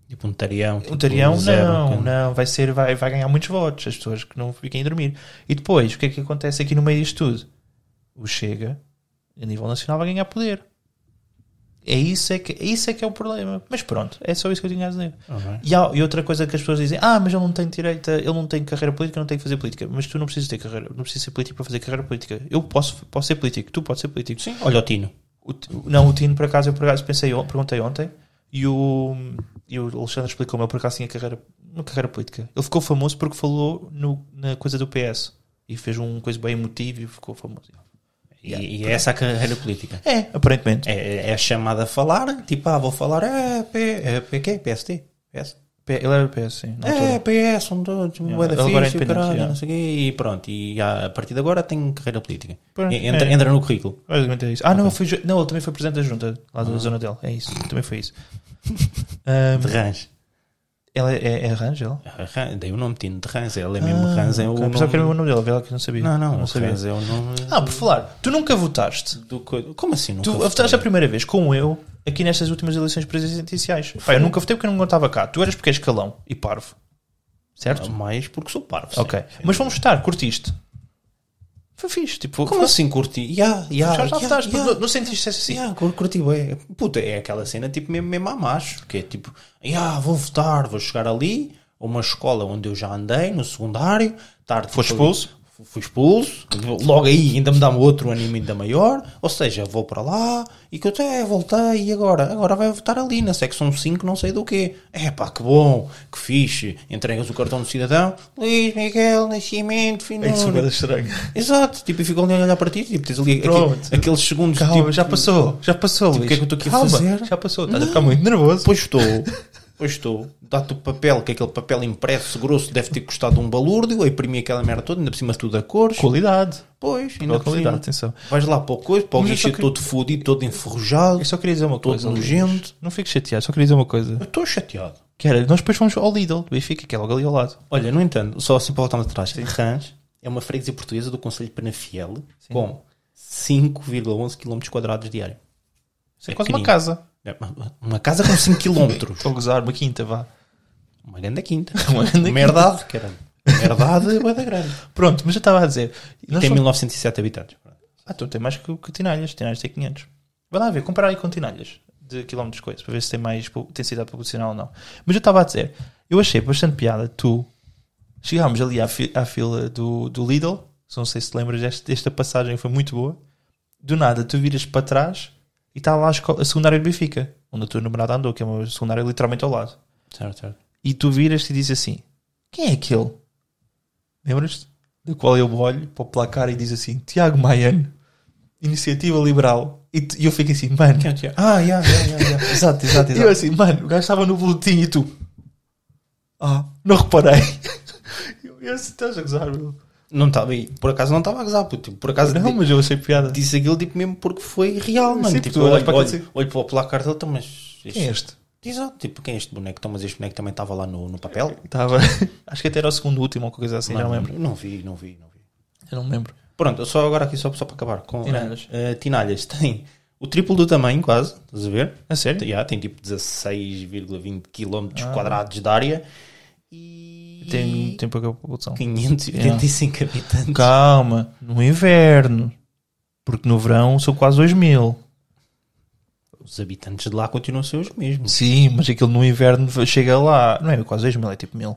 Tipo um tarião.
um
tipo,
tarião,
zero,
não,
que-
não. Vai ser, vai, vai ganhar muitos votos, as pessoas que não fiquem a dormir. E depois, o que é que acontece aqui no meio disto tudo? O Chega, a nível nacional, vai ganhar poder. É isso é que, é isso é que é o problema. Mas pronto, é só isso que eu tinha a dizer.
Ah, bem.
E, há- e outra coisa que as pessoas dizem: Ah, mas ele não tem direito, a- ele não tem carreira política, não tem que fazer política. Mas tu não precisas ter carreira, não precisas ser político para fazer carreira política. Eu posso, posso ser político, tu podes ser político.
Sim, olha o Tino.
O Ti- não, o Tino, por acaso, eu por acaso pensei, on- perguntei ontem e o, e o Alexandre explicou-me, ele por acaso tinha carreira, uma carreira política. Ele ficou famoso porque falou no- na coisa do PS e fez um coisa bem emotiva e ficou famoso.
E, e é essa a carreira política.
É, aparentemente.
É, é chamada a falar, tipo, ah, vou falar, é, P, é, P, quê? PST? PS?
P- Ele era PS, sim. na altura.
É, PS, um todos, um bué da
ele agora é
fixe,
independente,
caralho,
yeah.
não sei o quê, e pronto, e ah, a partir de agora tem carreira política.
Pronto,
E- Entra,
é.
entra no currículo.
Basicamente é isso. Ah, não, ele foi ju- não, ele também foi presidente da junta lá
Ah.
da zona dele. É
*laughs*
isso, também foi isso.
De
Ahm,
Rãs.
ela é, é Rãs, ela?
Rãs, Dei o nome Tino de Rãs, ele é mesmo Rãs, é
Ah,
o
Ok,
nome...
Pensava que era um o nome dele, vê lá que eu não sabia.
Não, não,
não sabia.
Rãs é o nome...
Ah, por falar, tu nunca votaste.
do co- Como assim?
Tu
nunca
votaste
votei?
a primeira vez, como eu, aqui nestas últimas eleições presidenciais. Pá, eu nunca votei porque eu não contava cá. Tu eras porque és calão e parvo. Certo?
Mais porque sou parvo.
ok.
Ah, sim.
Mas vamos votar, curtiste. Foi fixe. Tipo,
Como Ah, assim curti? Ya, ya,
Já, já
ya,
votaste,
ya.
porque não- não sentiste assim.
Yeah, cur- curti bem. Puta, é aquela cena tipo mesmo, mesmo a macho, que é tipo, yeah, vou votar, vou chegar ali, a uma escola onde eu já andei, no secundário, tarde.
Foi expulso?
Fui, fui expulso, logo aí ainda me dá outro anime ainda maior, ou seja, vou para lá e que eu até voltei e agora? Agora vai votar ali na secção 5, não sei do quê. É pá, que bom, que fixe. Entregas o cartão do cidadão, Luís Miguel Nascimento,
É
Finúrio.
estranho.
Exato, é tipo, e ficam ali a olhar para ti, tipo, tens ali aquele-
Pronto.
aqueles segundos
Calma,
tipo,
já passou, já passou,
Tipo, o
Luís.
que é que eu estou aqui a
Calma,
fazer?
Já passou, estás a ficar muito nervoso.
Pois estou, pois estou. Dá-te o papel, que é aquele papel impresso grosso deve ter custado um balúrdio, a imprimir aquela merda toda, ainda por cima tudo a cores.
Qualidade.
Pois, ainda
Boa
por
qualidade,
cima.
atenção.
Vais lá para o coisa, para o
Mas eu só
guichê
queria-
todo fudido, todo enferrujado.
Eu só queria dizer uma
Todo
coisa. Luís.
nojento.
Não fico chateado, só queria dizer uma coisa.
Eu estou chateado.
Que era, nós depois fomos ao Lidl, do Benfica, que é logo ali ao lado.
Olha, no entanto, só assim para voltarmos atrás, Rãs é uma freguesia portuguesa do Conselho de Penafiel com 5,11 km quadrados diário.
Isso é, quase uma
pequenino.
casa.
É uma- Uma casa com 5 *laughs* km.
Estou a gozar, uma quinta, vá.
Uma grande quinta.
Uma grande
Merdade, caramba. Merdade, bué da grande.
Pronto, mas eu estava a dizer. nós
Tem
somos-
1907 habitantes.
Ah, tu tem mais que, que Tinalhas. Tinalhas tem 500. Vai lá ver, comparar aí com Tinalhas de quilómetros de coisa, para ver se tem mais pu- intensidade populacional ou não. Mas eu estava a dizer, eu achei bastante piada tu. Chegámos ali à, fi- à fila do, do Lidl, se não sei se te lembras, deste- desta passagem foi muito boa. Do nada, tu viras para trás e está lá a, esco- a secundária do Benfica, onde a tua namorada andou, que é uma secundária literalmente ao lado.
Certo, certo.
E tu viras-te e dizes assim: Quem é aquele? Lembras-te? Do qual eu olho para o placar e diz assim: Tiago Maiano, Iniciativa Liberal. E, tu- e eu fico assim: Mano,
Quem é o Tiago? Ah, já, já, já,
*laughs*
já. Exato, exato,
e eu
exato.
assim: Mano, o gajo estava no boletim e tu: Ah, não reparei. *laughs* eu, eu assim, estás a gozar, meu.
Não estava aí. Por acaso não estava a gozar, puto. Por acaso
Não, mas eu achei piada.
disse aquilo tipo, mesmo porque foi real, mano.
Sim,
tipo,
tu
eu
olhas
olho,
para
para
aquilo
olho, olho para o placar dele, então, mas.
Quem é este?
Exato, tipo, quem é este boneco? Então, mas este boneco também estava lá no, no papel?
Estava, *laughs* acho que até era o segundo último ou qualquer coisa assim, já não lembro.
Não vi, não vi, não vi.
Eu não me lembro.
Pronto, eu só agora aqui, só, só para acabar com.
Tinalhas.
eh, Tinalhas *laughs* tem o triplo do tamanho, quase, estás a ver?
A sério?
Já, tem tipo 16,20 km quadrados de área e.
Ah. Tem, tem pouca população.
585 habitantes.
Calma, no inverno. Porque no verão são quase 2 mil.
Os habitantes de lá continuam a ser os mesmos.
Sim, mas aquilo no inverno chega lá, não é quase 2 mil, é tipo mil.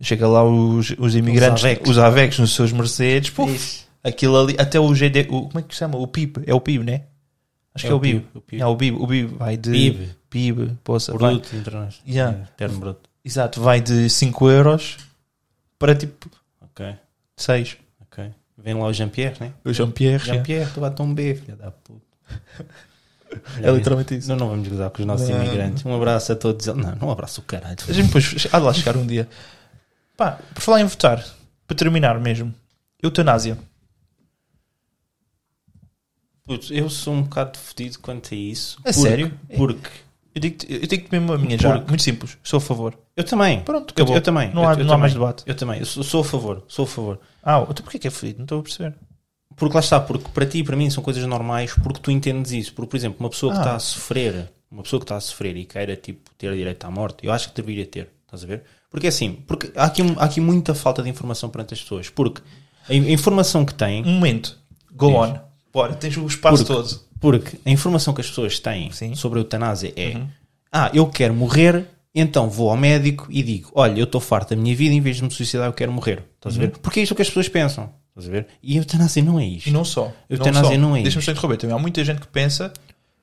Chega lá os, os imigrantes, os
Avex.
avecs. nos seus Mercedes, puf,
É Isso.
aquilo ali, até o GD, o, como é que se chama? O PIB, é o PIB, né? Acho
É
que é
o
o PIB.
PIB, o PIB.
É o PIB, o PIB vai de.
PIB.
PIB, poça, vai,
Produto internacional.
Yeah.
Termo bruto.
exato, vai de 5 euros para tipo
Ok,
6.
ok. Vem lá o Jean-Pierre, né?
O Jean-Pierre, é.
Jean-Pierre, tu bate um B, filha da puta.
*laughs* é literalmente isso.
Não, não vamos gozar com os nossos
Não.
imigrantes. Um abraço a todos. eles. Não, não um abraço o caralho.
A gente depois há de lá chegar um dia. Pá, por falar em votar, para terminar mesmo, eutanásia.
Putz, eu sou um bocado fodido quanto a isso.
É
Porque-
sério?
Porque
Eu digo-te eu digo-te mesmo a minha já,
Porque-
muito simples, sou a favor.
eu também.
Pronto,
Eu-
acabou.
Eu, também.
Não
Eu-
há-
eu
não há
também.
mais debate.
Eu também. Eu sou, sou a favor. Sou a favor.
Ah, então porquê que é fodido? Não estou a perceber.
Porque lá está, porque para ti e para mim são coisas normais, porque tu entendes isso. Porque, por exemplo, uma pessoa que
Ah.
está a sofrer, uma pessoa que está a sofrer e queira tipo, ter direito à morte, eu acho que deveria ter, estás a ver? Porque é assim, porque há aqui, há aqui muita falta de informação perante as pessoas, porque a in- a informação que têm,
Um momento, go on. Bora, tens o espaço todo.
porque a informação que as pessoas têm
Sim. Uhum.
sobre a eutanásia é ah, eu quero morrer, então vou ao médico e digo, olha, eu estou farto da minha vida, em vez de me suicidar, eu quero morrer. Estás
Uhum.
a ver? Porque é isto que as pessoas pensam. Estás a ver? E a eutanásia não é isto.
E não só.
Eutanásia não é
Deixa-me
isto.
só interromper. Também há muita gente que pensa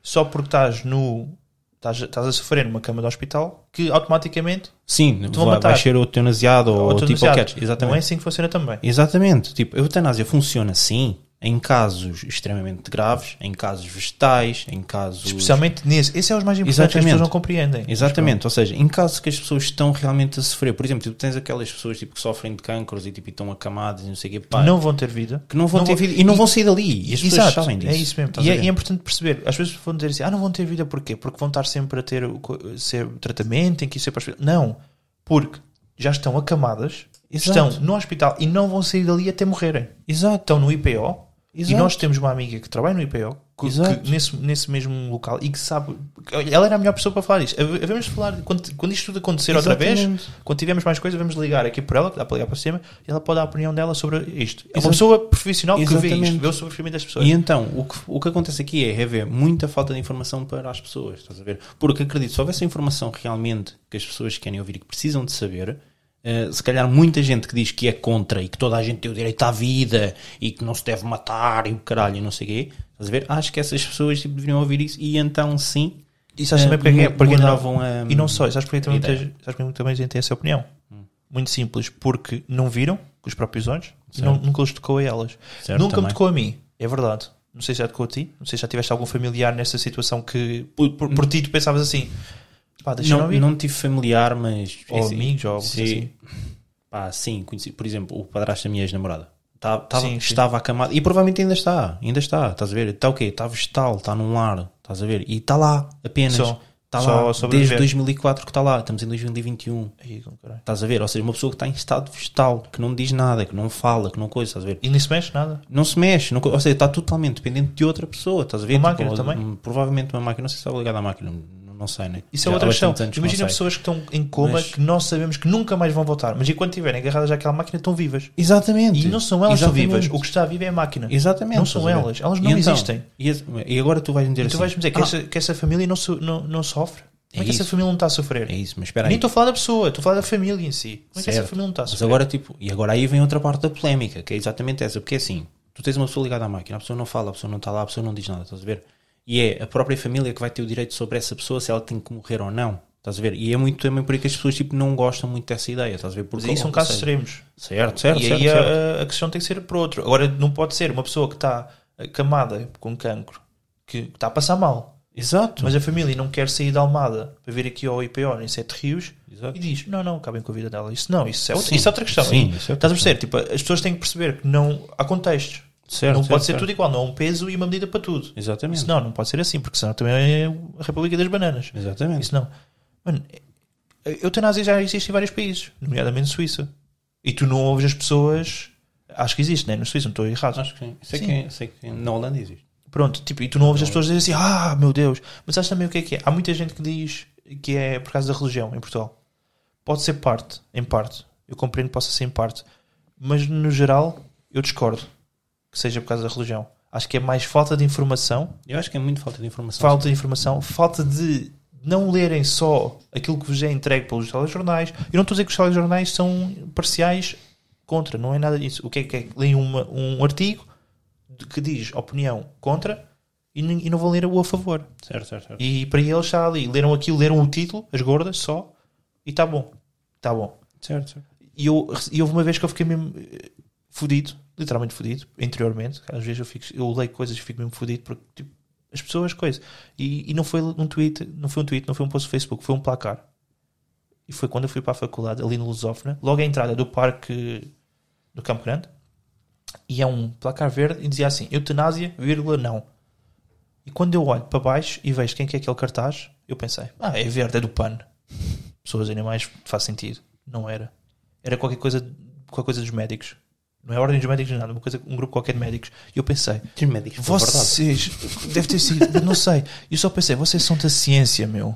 só porque estás no. Estás, estás a sofrer numa cama de hospital que automaticamente
Sim,
Então vão
vai,
matar.
vai ser eutanasiado ou, tipo
eutanasiado.
qualquer.
Não é
Exatamente.
assim que funciona também.
Exatamente. Tipo, a eutanásia funciona sim em casos extremamente graves, em casos vegetais, em casos.
Especialmente nesse. Esse é os mais importantes que as
Exatamente.
pessoas não compreendem.
Exatamente, ou seja, em casos que as pessoas estão realmente a sofrer, por exemplo, tipo, tens aquelas pessoas tipo, que sofrem de cancros e tipo, e estão acamadas e não sei o quê, pá,
Não vão ter vida.
que não vão ter vida e não vão sair dali. E as pessoas
Exato,
sabem disso.
é isso mesmo.
estás
E
a
é,
ver?
e é importante perceber. Às vezes vão dizer assim, ah, não vão ter vida porquê? Porque vão estar sempre a ter o co- ser tratamento, tem que ir sempre para o hospital. Não, porque já estão acamadas,
Exato.
estão no hospital e não vão sair dali até morrerem.
Exato.
Estão no IPO e
Exato.
nós temos uma amiga que trabalha no IPO, que,
Exato.
que nesse, nesse mesmo local e que sabe... que- olha, Ela era a melhor pessoa para falar disto. Have- Havemos de falar, quando, quando isto tudo acontecer outra vez,
Exatamente.
quando tivermos mais coisas, vamos ligar aqui por ela, que dá para ligar para o sistema, e ela pode dar a opinião dela sobre isto. É uma pessoa profissional que vê isto,
Exatamente.
vê o sofrimento das pessoas.
E então, o que, o que acontece aqui é haver muita falta de informação para as pessoas, estás a ver? Porque acredito, se houvesse a informação realmente que as pessoas querem ouvir e que precisam de saber, eh, se calhar muita gente que diz que é contra e que toda a gente tem o direito à vida e que não se deve matar e o caralho e não sei o quê, estás a ver? Acho que essas pessoas tipo, deveriam ouvir isso e então sim.
E sabes também
eh,
porque é?
mu-
Porque
mudavam
não,
a-
e não só, sabes porque também
ideia.
muita,
Hum.
gente- sabes porque também muita gente tem essa opinião? Muito simples, porque não viram com os próprios olhos e não- nunca os tocou a elas.
Certo,
nunca me
também.
tocou a mim, é verdade. Não sei se já tocou a ti, não sei se já tiveste algum familiar nessa situação que por, por- por ti tu pensavas assim, pá, deixa
Hum. Não,
não, ir.
não tive familiar, mas. é
Ou amigos, ou algo
sim.
assim.
Pá, sim, conheci, por exemplo, o padrasto da minha ex-namorada. Tá- tava-
Sim, sim.
Estava acamado. E provavelmente ainda está, ainda está, estás a ver? Está o quê? Está vegetal, está num lar, estás a ver? E está lá, apenas.
Só.
Está
Só
lá
sobreviver.
desde 2004 que está lá, estamos em 2021.
Aí, como caralho.
Estás a ver? Ou seja, uma pessoa que está em estado vegetal, que não diz nada, que não fala, que não coisa, estás a ver?
E nem se mexe nada.
Não se mexe, não co- ou seja, está totalmente dependente de outra pessoa, estás a ver?
Uma máquina também?
um- Provavelmente uma máquina, não sei se está ligada à máquina, não, não sei, né?
Isso é
Já há
outra questão.
bastantes anos que não
Imagina
sei.
pessoas que estão em coma
Mas-
que nós sabemos que nunca mais vão voltar, mas enquanto estiverem agarradas àquela máquina estão vivas.
Exatamente.
E não são elas que estão
Exatamente.
vivas. O que está vivo é a máquina.
Exatamente.
Não são
estás a ver?
elas. Elas não
E então,
existem.
E, esse- e agora tu vais-me dizer
E tu
assim.
vais-me dizer que,
"Ah,
essa, que essa família não, so- não, não sofre. Como é,
É
que essa
isso.
família não está a sofrer?
É isso, mas espera
Nem
aí.
estou a falar da pessoa, estou a falar da família em si. Como é que essa
Certo.
família não está a
Mas
sofrer?
agora, tipo, e agora aí vem outra parte da polémica, que é exatamente essa, porque é assim, tu tens uma pessoa ligada à máquina, a pessoa não fala, a pessoa não está lá, a pessoa não diz nada, estás a ver? E é a própria família que vai ter o direito sobre essa pessoa se ela tem que morrer ou não, estás a ver? E é muito também por aí que as pessoas, tipo, não gostam muito dessa ideia, estás a ver?
Mas
Porque,
aí são
ou
casos
seja,
extremos.
Certo, certo,
e
certo.
aí é
certo.
a, a questão tem que ser para outro. Agora, não pode ser uma pessoa que está camada com cancro, que está a passar mal,
Exato.
mas a família não quer sair da Almada para vir aqui ao IPO em Sete Rios
Exato.
e diz: não, não, acabem com a vida dela. Isso não, isso é, outra-
Sim.
isso é outra questão.
Sim, isso é outra
Estás a perceber? Tipo, as pessoas têm que perceber que não há contextos.
Certo,
não
certo,
pode ser
certo.
tudo igual, não há um peso e uma medida para tudo.
Exatamente.
Isso não, não pode ser assim, porque senão também é a República das Bananas.
Exatamente.
Isso não. Mano, a eutanásia já existe em vários países, nomeadamente Suíça. E tu não ouves as pessoas. Acho que existe, né? Na Suíça, não estou errado.
Acho que sim. Sei,
Sim.
Que, sei que na Holanda existe.
Pronto, tipo, e tu não ouves as pessoas dizer assim, ah, meu Deus. Mas sabes também o que é que é? Há muita gente que diz que é por causa da religião em Portugal. Pode ser parte, em parte. Eu compreendo que possa ser em parte. Mas no geral, eu discordo que seja por causa da religião. Acho que é mais falta de informação
Eu acho que é muito falta de informação.
falta de informação, falta de não lerem só aquilo que vos é entregue pelos telejornais. Eu não estou a dizer que os telejornais são parciais contra, não é nada disso. O que é que é? Leem uma- um artigo de- que diz opinião contra e, nem- e não vão ler o a favor.
Certo, certo, certo.
E para eles está ali, leram aquilo, leram o título, as gordas só, e está bom, está bom.
Certo, certo.
E, eu, e houve uma vez que eu fiquei mesmo eh, fudido, literalmente fudido, interiormente. Às vezes eu, fico, eu leio coisas e fico mesmo fudido porque tipo, as pessoas, coisas. E, e não foi um tweet, não foi um tweet, não foi um post do Facebook, foi um placar. E foi quando eu fui para a faculdade, ali no Lusófona, logo à entrada do parque do Campo Grande, e é um placar verde e dizia assim: eutanásia, vírgula, não. E quando eu olho para baixo e vejo quem que é aquele cartaz, eu pensei: ah, é verde, é do PAN. *laughs* Pessoas e animais, faz sentido. Não era. Era qualquer coisa, qualquer coisa dos médicos. Não é ordem dos médicos, nem nada, uma coisa, um grupo qualquer de médicos. E eu pensei:
Os médicos, por é verdade.
vocês, deve ter sido, *laughs* não sei. Eu só pensei: vocês são da ciência, meu.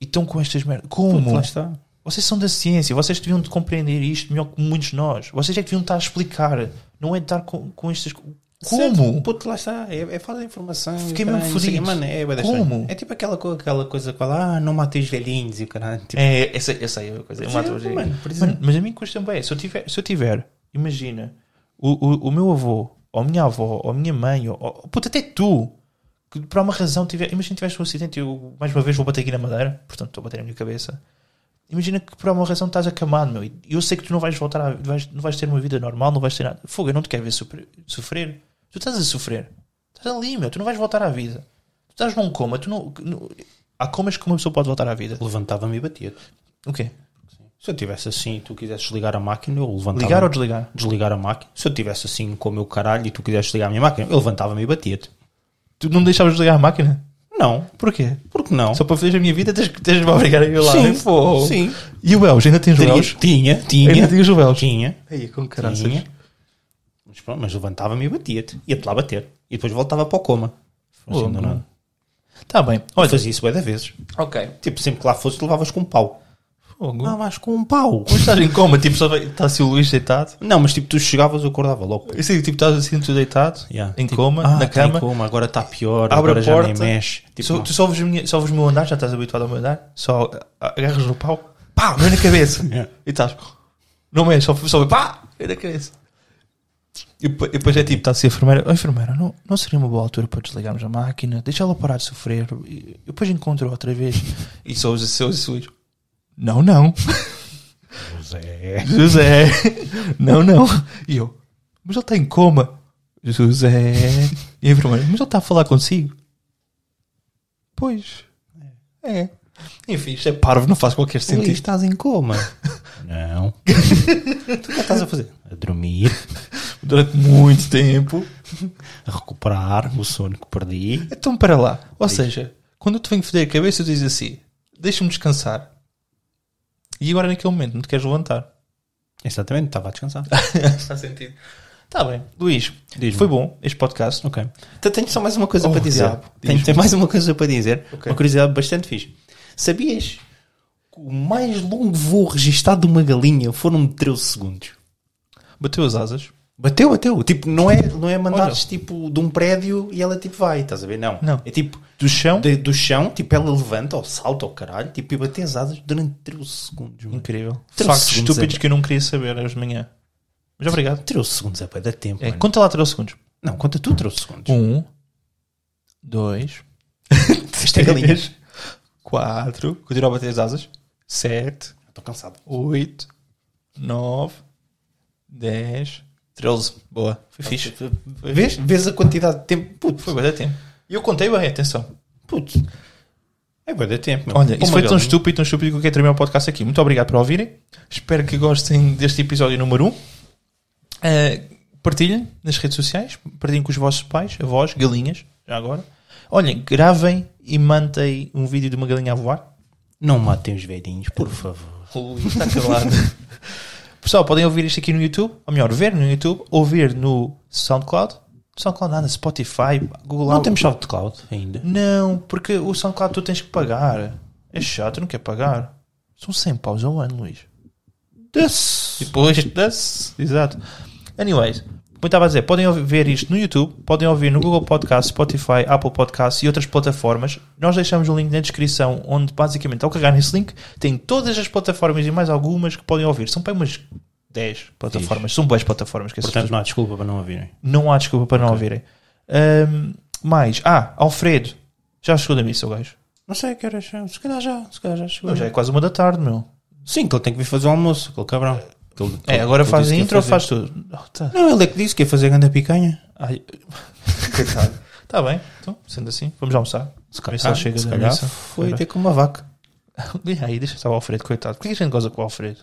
E estão com estas merdas. Como?
Lá está.
Vocês são da ciência, vocês deviam de compreender isto melhor que muitos de nós. Vocês é que deviam estar a explicar, não é de estar com, com estas. co- Como?
Certo, puto, lá está. É, é falta de informação.
Fiquei
e o
mesmo
caralho, não sei o quê.
fodido.
Mano, é, bué da
Como?
estranho. É tipo aquela, co- aquela coisa com ela, ah, não matei os velhinhos e o caralho. Tipo,
É, essa, essa aí é a coisa. Eu
Sim,
mato hoje.
mano, por
Mano,
exemplo.
mas a mim custa bem. Se eu tiver, se eu tiver imagina, o, o, o meu avô, ou a minha avó, ou a minha mãe, ou, ou puta, até tu, que por alguma razão tiver, imagina que tiveste um acidente, eu mais uma vez vou bater aqui na madeira, portanto estou a bater na minha cabeça. Imagina que por alguma razão estás acamado, meu, e eu sei que tu não vais voltar, a, vais- não vais ter uma vida normal, não vais ter nada. Fogo, eu não te quero ver sofrer. sofrer. Tu estás a sofrer. Estás ali, meu, tu não vais voltar à vida. Tu estás num coma, tu não. não- há comas que uma pessoa pode voltar à vida.
Levantava-me e batia
O quê?
Se eu tivesse assim e tu quisesses ligar a máquina, eu levantava
Ligar ou desligar?
desligar a máquina. Se eu tivesse assim com o meu caralho e tu quisesses ligar a minha máquina, eu levantava-me e batia-te.
Tu não me deixavas desligar a máquina?
Não.
Porquê?
Porque não?
Só para fazer a minha vida tens, tens de me obrigar a ir lá.
Sim,
Pô.
sim.
E o Belge? Ainda tens o
Teria-
Belge?
tinha,
Ainda
tinha.
tinha os Belges.
Tinha.
Aí, com
Tinha. Mas pronto, mas levantava-me e batia-te. Ia-te lá bater. E depois voltava para o coma.
Oh,
Assim, do
mano.
nada.
Está Tá bem.
Olha,
Olha,
fazia isso bué da vezes.
ok.
Tipo, sempre que lá fosse, levavas com um pau.
Fogo.
Não, mas com um pau.
Mas estás em coma, tipo, só vai- está assim o Luís deitado.
Não, mas tipo, tu chegavas, eu acordava logo.
Eu sei, tipo, estás assim tu deitado,
Yeah.
em
Tipo,
coma,
ah,
na
tá em
cama.
coma, agora está pior,
Abre
agora
a
já
porta.
nem mexe. Tipo,
só- tu só ouves, a minha- só ouves o meu andar, já estás habituado ao meu andar. Só ah, agarras no pau, pá, vem na cabeça.
Yeah.
E estás, não mexe, só, só pá, vem na cabeça. E depo- e depois é tipo, está-se a enfermeira, oh, enfermeira, não, não seria uma boa altura para desligarmos a máquina, deixa ela parar de sofrer, e eu depois encontro outra vez. E só os seus suíços, não, não,
José.
José, não, não. E eu, mas ele está em coma. José, e a enfermeira, mas ele está a falar consigo. Pois, é. Enfim, isto é parvo, não faz qualquer
Luís,
sentido.
estás em coma. *laughs* não. tu o que é que estás a fazer? A dormir,
Durante muito tempo.
a recuperar o sono que perdi.
Então, para lá. Ou seja, quando eu te venho foder a cabeça, eu diz assim: deixa-me descansar. E agora naquele momento não te queres levantar.
Exatamente, estava a *laughs* descansar.
*laughs* Faz sentido. Está Tá bem, Luís,
Diz-me.
foi bom este podcast.
Ok. Então tenho só mais uma coisa
Oh,
para dizer.
diabo,
Tenho,
diz-me.
tenho mais uma coisa para dizer.
Ok.
Uma curiosidade bastante fixe. Sabias que o mais longo voo registado de uma galinha foram de 13 segundos?
Bateu as asas.
Bateu, bateu. Tipo, não é, não é mandares
Olha.
tipo de um prédio e ela tipo vai, estás a ver? Não.
Não.
É tipo
Do chão.
de- do chão, tipo ela levanta ou salta ou caralho, tipo e bate as asas durante 13 segundos. mano.
Incrível.
Três
Factos
segundos,
estúpidos
é.
que eu não queria saber hoje de manhã. Mas obrigado.
13 segundos é para dar tempo.
É,
mano.
conta lá 3 segundos.
Não, conta tu 13 segundos.
Um, dois,
é
*laughs*
galinha.
três, quatro, continua a bater as asas, sete,
Estou cansado.
oito, nove, dez, treze. Boa, foi fixe.
Vês? Vês a quantidade de tempo? Puto,
Foi
foi
bastante tempo. E eu contei bem, atenção.
Puto. É bué de tempo. meu.
Olha,
Pô,
isso foi
uma
tão
galinha.
estúpido, tão estúpido que eu quero terminar o podcast aqui. Muito obrigado por ouvirem. Espero que gostem deste episódio número 1. Um. Eh, partilhem nas redes sociais, partilhem com os vossos pais, avós, galinhas, já agora. Olhem, gravem e mantei um vídeo de uma galinha a voar.
Não matem os velhinhos, por favor.
Está calado. *laughs* Pessoal, podem ouvir isto aqui no YouTube, ou melhor, ver no YouTube, ouvir no SoundCloud. SoundCloud nada, Spotify, Google
Não
Au-
temos chave de cloud ainda.
Não, porque o SoundCloud tu tens que pagar. É chato, eu não quer pagar. São 100 paus ao ano, Luís.
Desce.
Depois, *laughs* das- exato. Anyways, como eu estava a dizer, podem ouvir- ver isto no YouTube, podem ouvir no Google Podcast, Spotify, Apple Podcast e outras plataformas. Nós deixamos um link na descrição onde, basicamente, ao clicar nesse link, tem todas as plataformas e mais algumas que podem ouvir. São bem umas 10 plataformas. São boas plataformas que essas
Portanto, não há desculpa para não ouvirem.
não há desculpa para não ouvirem. Ahm, mais, ah, Alfredo, já chegou da missa o gajo.
Não sei que horas são. Se calhar já. Se calhar já chegou.
Não, já é quase uma da tarde, meu.
Sim, que ele tem que vir fazer o almoço, aquele cabrão.
É, agora faz a
a
intro, faz tudo. Oh, tá.
Não, ele é que disse que ia fazer grande picanha.
Ai, coitado. Tá bem, então, sendo assim, vamos almoçar.
Se
Vê se ele chega
se
da
calhar
missa.
foi
Era.
ter com uma vaca.
*laughs* E aí, deixa estar o Alfredo, coitado. Por que a gente goza com o Alfredo?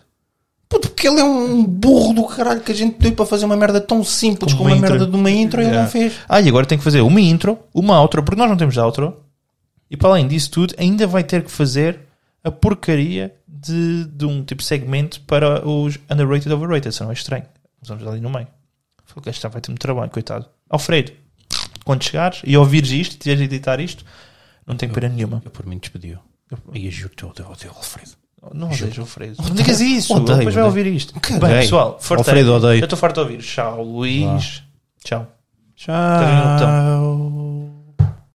Puto, porque ele é um burro do caralho que a gente deu para fazer uma merda tão simples
Como
como,
uma
uma,
intro.
merda de uma Um intro É. e ele
Yeah.
não fez.
Ah, e agora tem que fazer uma intro, uma outro, porque nós não temos outro. E para além disso tudo, ainda vai ter que fazer a porcaria de, de um tipo de segmento para os underrated overrated. Isso não é estranho. Nós Vamos ali no meio. Foi que está vai ter muito trabalho, coitado. Alfredo, quando chegares e ouvires isto, tiveres de editar isto, não tem pena nenhuma.
Eu por mim despediu. E eu juro-te, eu odeio- odeio o Alfredo.
Não odeias o Alfredo. Não digas isso,
Odeio,
depois vai
odeio.
ouvir isto.
Que
Bem,
odeio.
pessoal, fartei.
Alfredo, odeio.
Eu estou farto de ouvir. Tchau, Luís. Tchau.
Tchau.